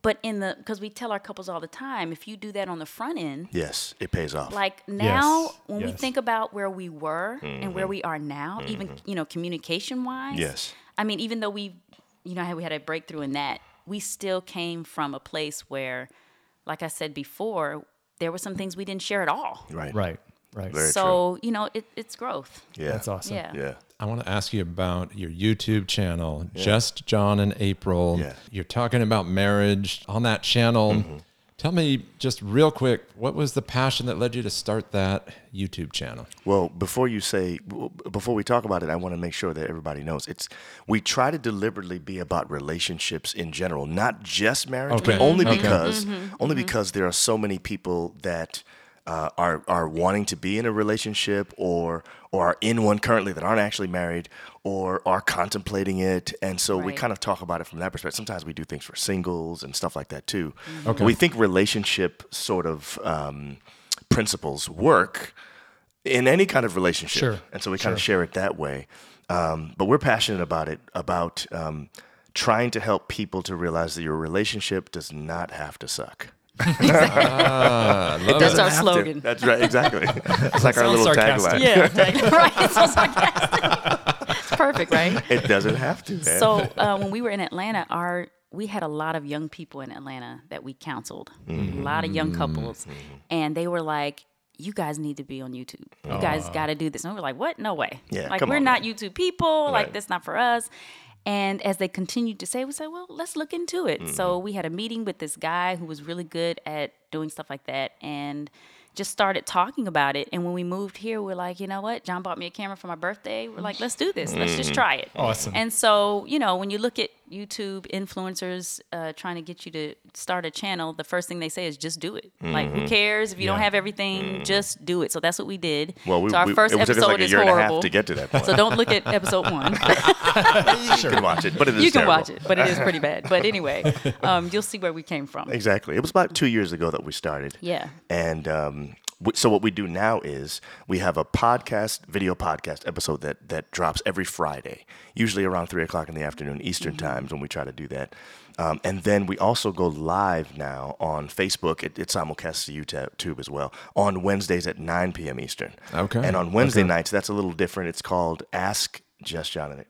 But in the because we tell our couples all the time, if you do that on the front end, yes, it pays off. like now when we yes. think about where we were and where we are now even you know communication wise Mm-hmm. Yes. i mean even though we you know we had a breakthrough in that we still came from a place where like i said before there were some things we didn't share at all. right. Right. Right. Very so you know it, it's growth Yeah. That's awesome. yeah. Yeah. I want to ask you about your YouTube channel, Just John and April. Yeah. You're talking about marriage on that channel. Tell me just real quick, what was the passion that led you to start that YouTube channel? Well, before you say, w- before we talk about it, I want to make sure that everybody knows it's. We try to deliberately be about relationships in general, not just marriage, but Okay. only Okay. because, only because there are so many people that uh, are are wanting to be in a relationship or or are in one currently that aren't actually married or are contemplating it, and so we Right. kind of talk about it from that perspective. Sometimes we do things for singles and stuff like that too. Okay. We think relationship sort of um, principles work in any kind of relationship. Sure. And so we kind of share it that way. Um, but we're passionate about it, about um, trying to help people to realize that your relationship does not have to suck. that's our Have to. slogan That's right, exactly. it's like our Sounds little sarcastic. tagline. yeah exactly. right it's, so sarcastic. it's perfect right It doesn't have to. Man. so uh, when we were in Atlanta, our we had a lot of young people in Atlanta that we counseled, a lot of young couples, Mm-hmm. and they were like. You guys need to be on YouTube. You guys got to do this. And we were like, what? No way. Oh, Yeah, like, come we're on, not YouTube people. Like, Right. that's not for us. And as they continued to say, we said, well, let's look into it. So Mm-hmm. we had a meeting with this guy who was really good at doing stuff like that and just started talking about it. And when we moved here, we are like, you know what? John bought me a camera for my birthday. We're like, let's do this. Let's Mm-hmm. just try it. Awesome. And so, you know, when you look at YouTube influencers uh, trying to get you to start a channel, the first thing they say is just do it. Like, Mm-hmm. who cares if you don't have everything? Just do it. So that's what we did. well, we, so our we- first it took us episode like a is year horrible. and a half to get to that point. so don't look at episode one. you can watch it, but it is you can terrible. watch it, but it is pretty bad. But anyway, um, you'll see where we came from. Exactly. It was about two years ago that we started. Yeah. And um, w- so what we do now is we have a podcast, video podcast episode that that drops every Friday, usually around three o'clock in the afternoon Eastern Mm-hmm. times when we try to do that. Um, and then we also go live now on Facebook. It, it simulcasts to YouTube as well on Wednesdays at 9 p.m. Eastern. Okay. And on Wednesday nights, that's a little different. It's called Ask Just John and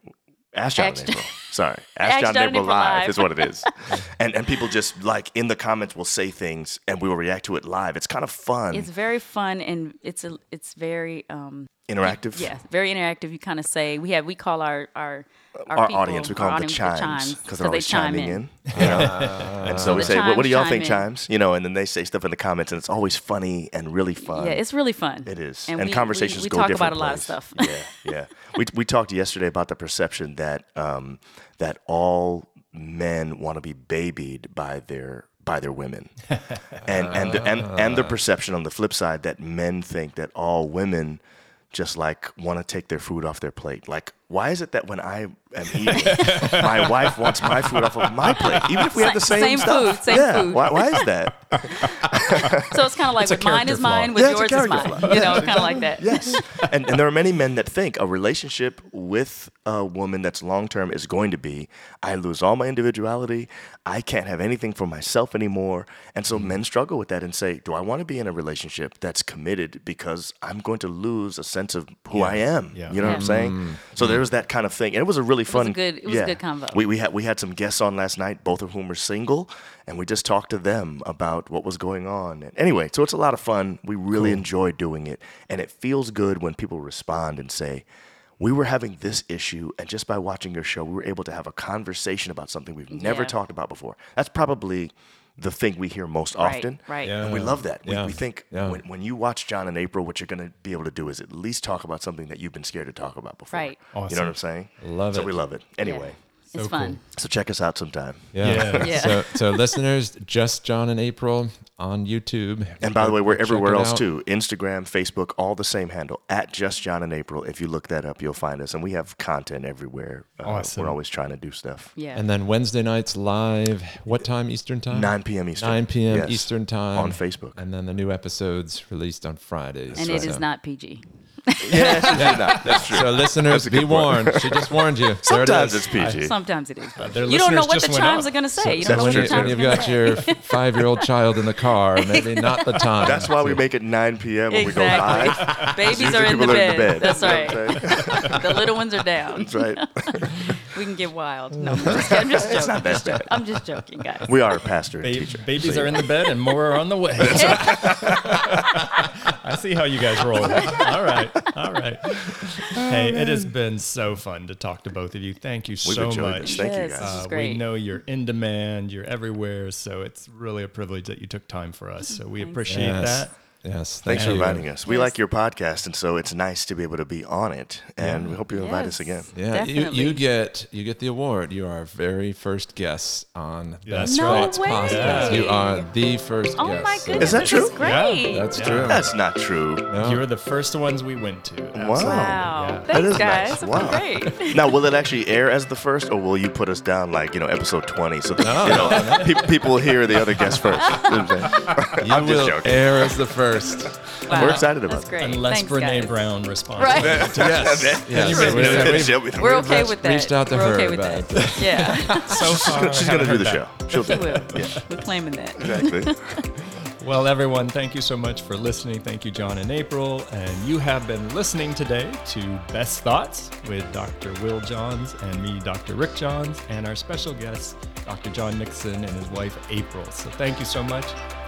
Ask John Ask- and April. Sorry, Ask Ask John, John and and April April live Live. is what it is. and and people just like in the comments will say things and we will react to it live. It's kind of fun, It's very fun and it's a, it's very um, interactive. yeah, very interactive. You kind of say we have we call our our our, Our people, audience, we call our them the audience chimes because they're they always chime chiming in. you know? and so we The say, what, what do chimes y'all chime think, in. chimes? You know, and then they say stuff in the comments, and it's always funny and really fun. Yeah, it's really fun. It is. And, And, we, conversations we, we go talk different about a lot of places. stuff. yeah, yeah. We, we talked yesterday about the perception that um, that all men want to be babied by their by their women, and and, the, and and the perception on the flip side that men think that all women just like want to take their food off their plate, like Why is it that when I am eating, my wife wants my food off of my plate, even if we have the same, Same stuff? food, same yeah. food. Why, why is that? So it's kind of like a with mine character is flaw. mine, with Yeah, it's a yours is character mine. flaw. You know, kind of like that. Yes. And, and there are many men that think a relationship with a woman that's long term is going to be I lose all my individuality. I can't have anything for myself anymore. And Mm-hmm. so men struggle with that and say, Do I want to be in a relationship that's committed because I'm going to lose a sense of who I am? Yeah. Mm-hmm. You know what I'm Yeah. saying? So there was that kind of thing. And it was a really was fun. a good- it was a good convo. We, we, had, we had some guests on last night, both of whom were single. And we just talked to them about what was going on. And anyway, so it's a lot of fun. We really enjoy doing it. And it feels good when people respond and say, we were having this issue, and just by watching your show, we were able to have a conversation about something we've never Yeah. talked about before. That's probably the thing we hear most Right, often. right. And we love that. We, Yeah. we think Yeah. when, when you watch John and April, what you're going to be able to do is at least talk about something that you've been scared to talk about before. Right. You know what I'm saying? Love so it. we love it. Yeah. Anyway, it's fun. so check us out sometime. Yeah. Yeah. Yeah. So, so listeners, just John and April on YouTube. And by the way, we're Check everywhere it else out. too. Instagram, Facebook, all the same handle at Just John and April. If you look that up, you'll find us, and we have content everywhere. Uh, Awesome. We're always trying to do stuff. Yeah. And then Wednesday nights live. What time Eastern time? 9 p.m. Eastern. 9 p.m. Yes. Eastern time On Facebook. And then the new episodes released on Fridays. And it is not PG. Yes, yeah, that's true. So listeners, be warned. She just warned you. there it Sometimes is. it's PG. Sometimes it is. their you don't know listeners what just the went chimes up. are going to say. you that's don't know what When, true. you, the chimes when are you've going got to your five-year-old child in the car, maybe not the time. That's why we make it 9 p.m. when we go Exactly. live. Babies Usually are in people the bed. That's You know right. what I'm saying? the little ones are down. That's right. We can get wild. No, I'm just, I'm just joking. not that just joking. I'm just joking, guys. We are a pastor and Ba- teacher. babies so are in the bed and more are on the way. I see how you guys roll. All right. All right. Oh, hey, it has been so fun to talk to both of you. Thank you We've so enjoyed much. this. Thank Yes, you this guys. is Uh, great. we know you're in demand, you're everywhere. So it's really a privilege that you took time for us. So we appreciate Yes. that. Yes. Thanks Thank for you. inviting us. We Yes. like your podcast, and so it's nice to be able to be on it. And we hope you invite us again. Yeah, you, Definitely. you get you get the award. You are our very first guest on That's Best right. Thoughts No way. Podcast. You are the first Oh guest. my so- goodness. that this true? Is great. That's Yeah. true. That's not true. Yeah. You're the first ones we went to. Absolutely. Wow. Yeah. Thanks, is guys. nice. That's Wow. great. Now, will it actually air as the first, or will you put us down like you know episode twenty, so that you know pe- people will hear the other guests first? You know what I'm saying? You I'm just will joking. air as the first. Wow. We're excited about That's it. great. Unless Thanks, Brene guys. Brown responds. Right. yes. yes. True. We're- Yeah. we've- We're okay with that. reached out to We're her okay with about that. Yeah. So far, She's I haven't gonna do heard the that. show. She'll do we will. it. Yeah, We're claiming that. exactly. Well, everyone, thank you so much for listening. Thank you, John and April. And you have been listening today to Best Thoughts with Dr. Will Johns and me, Dr. Rick Johns, and our special guest, Dr. John Nixon and his wife, April. So thank you so much.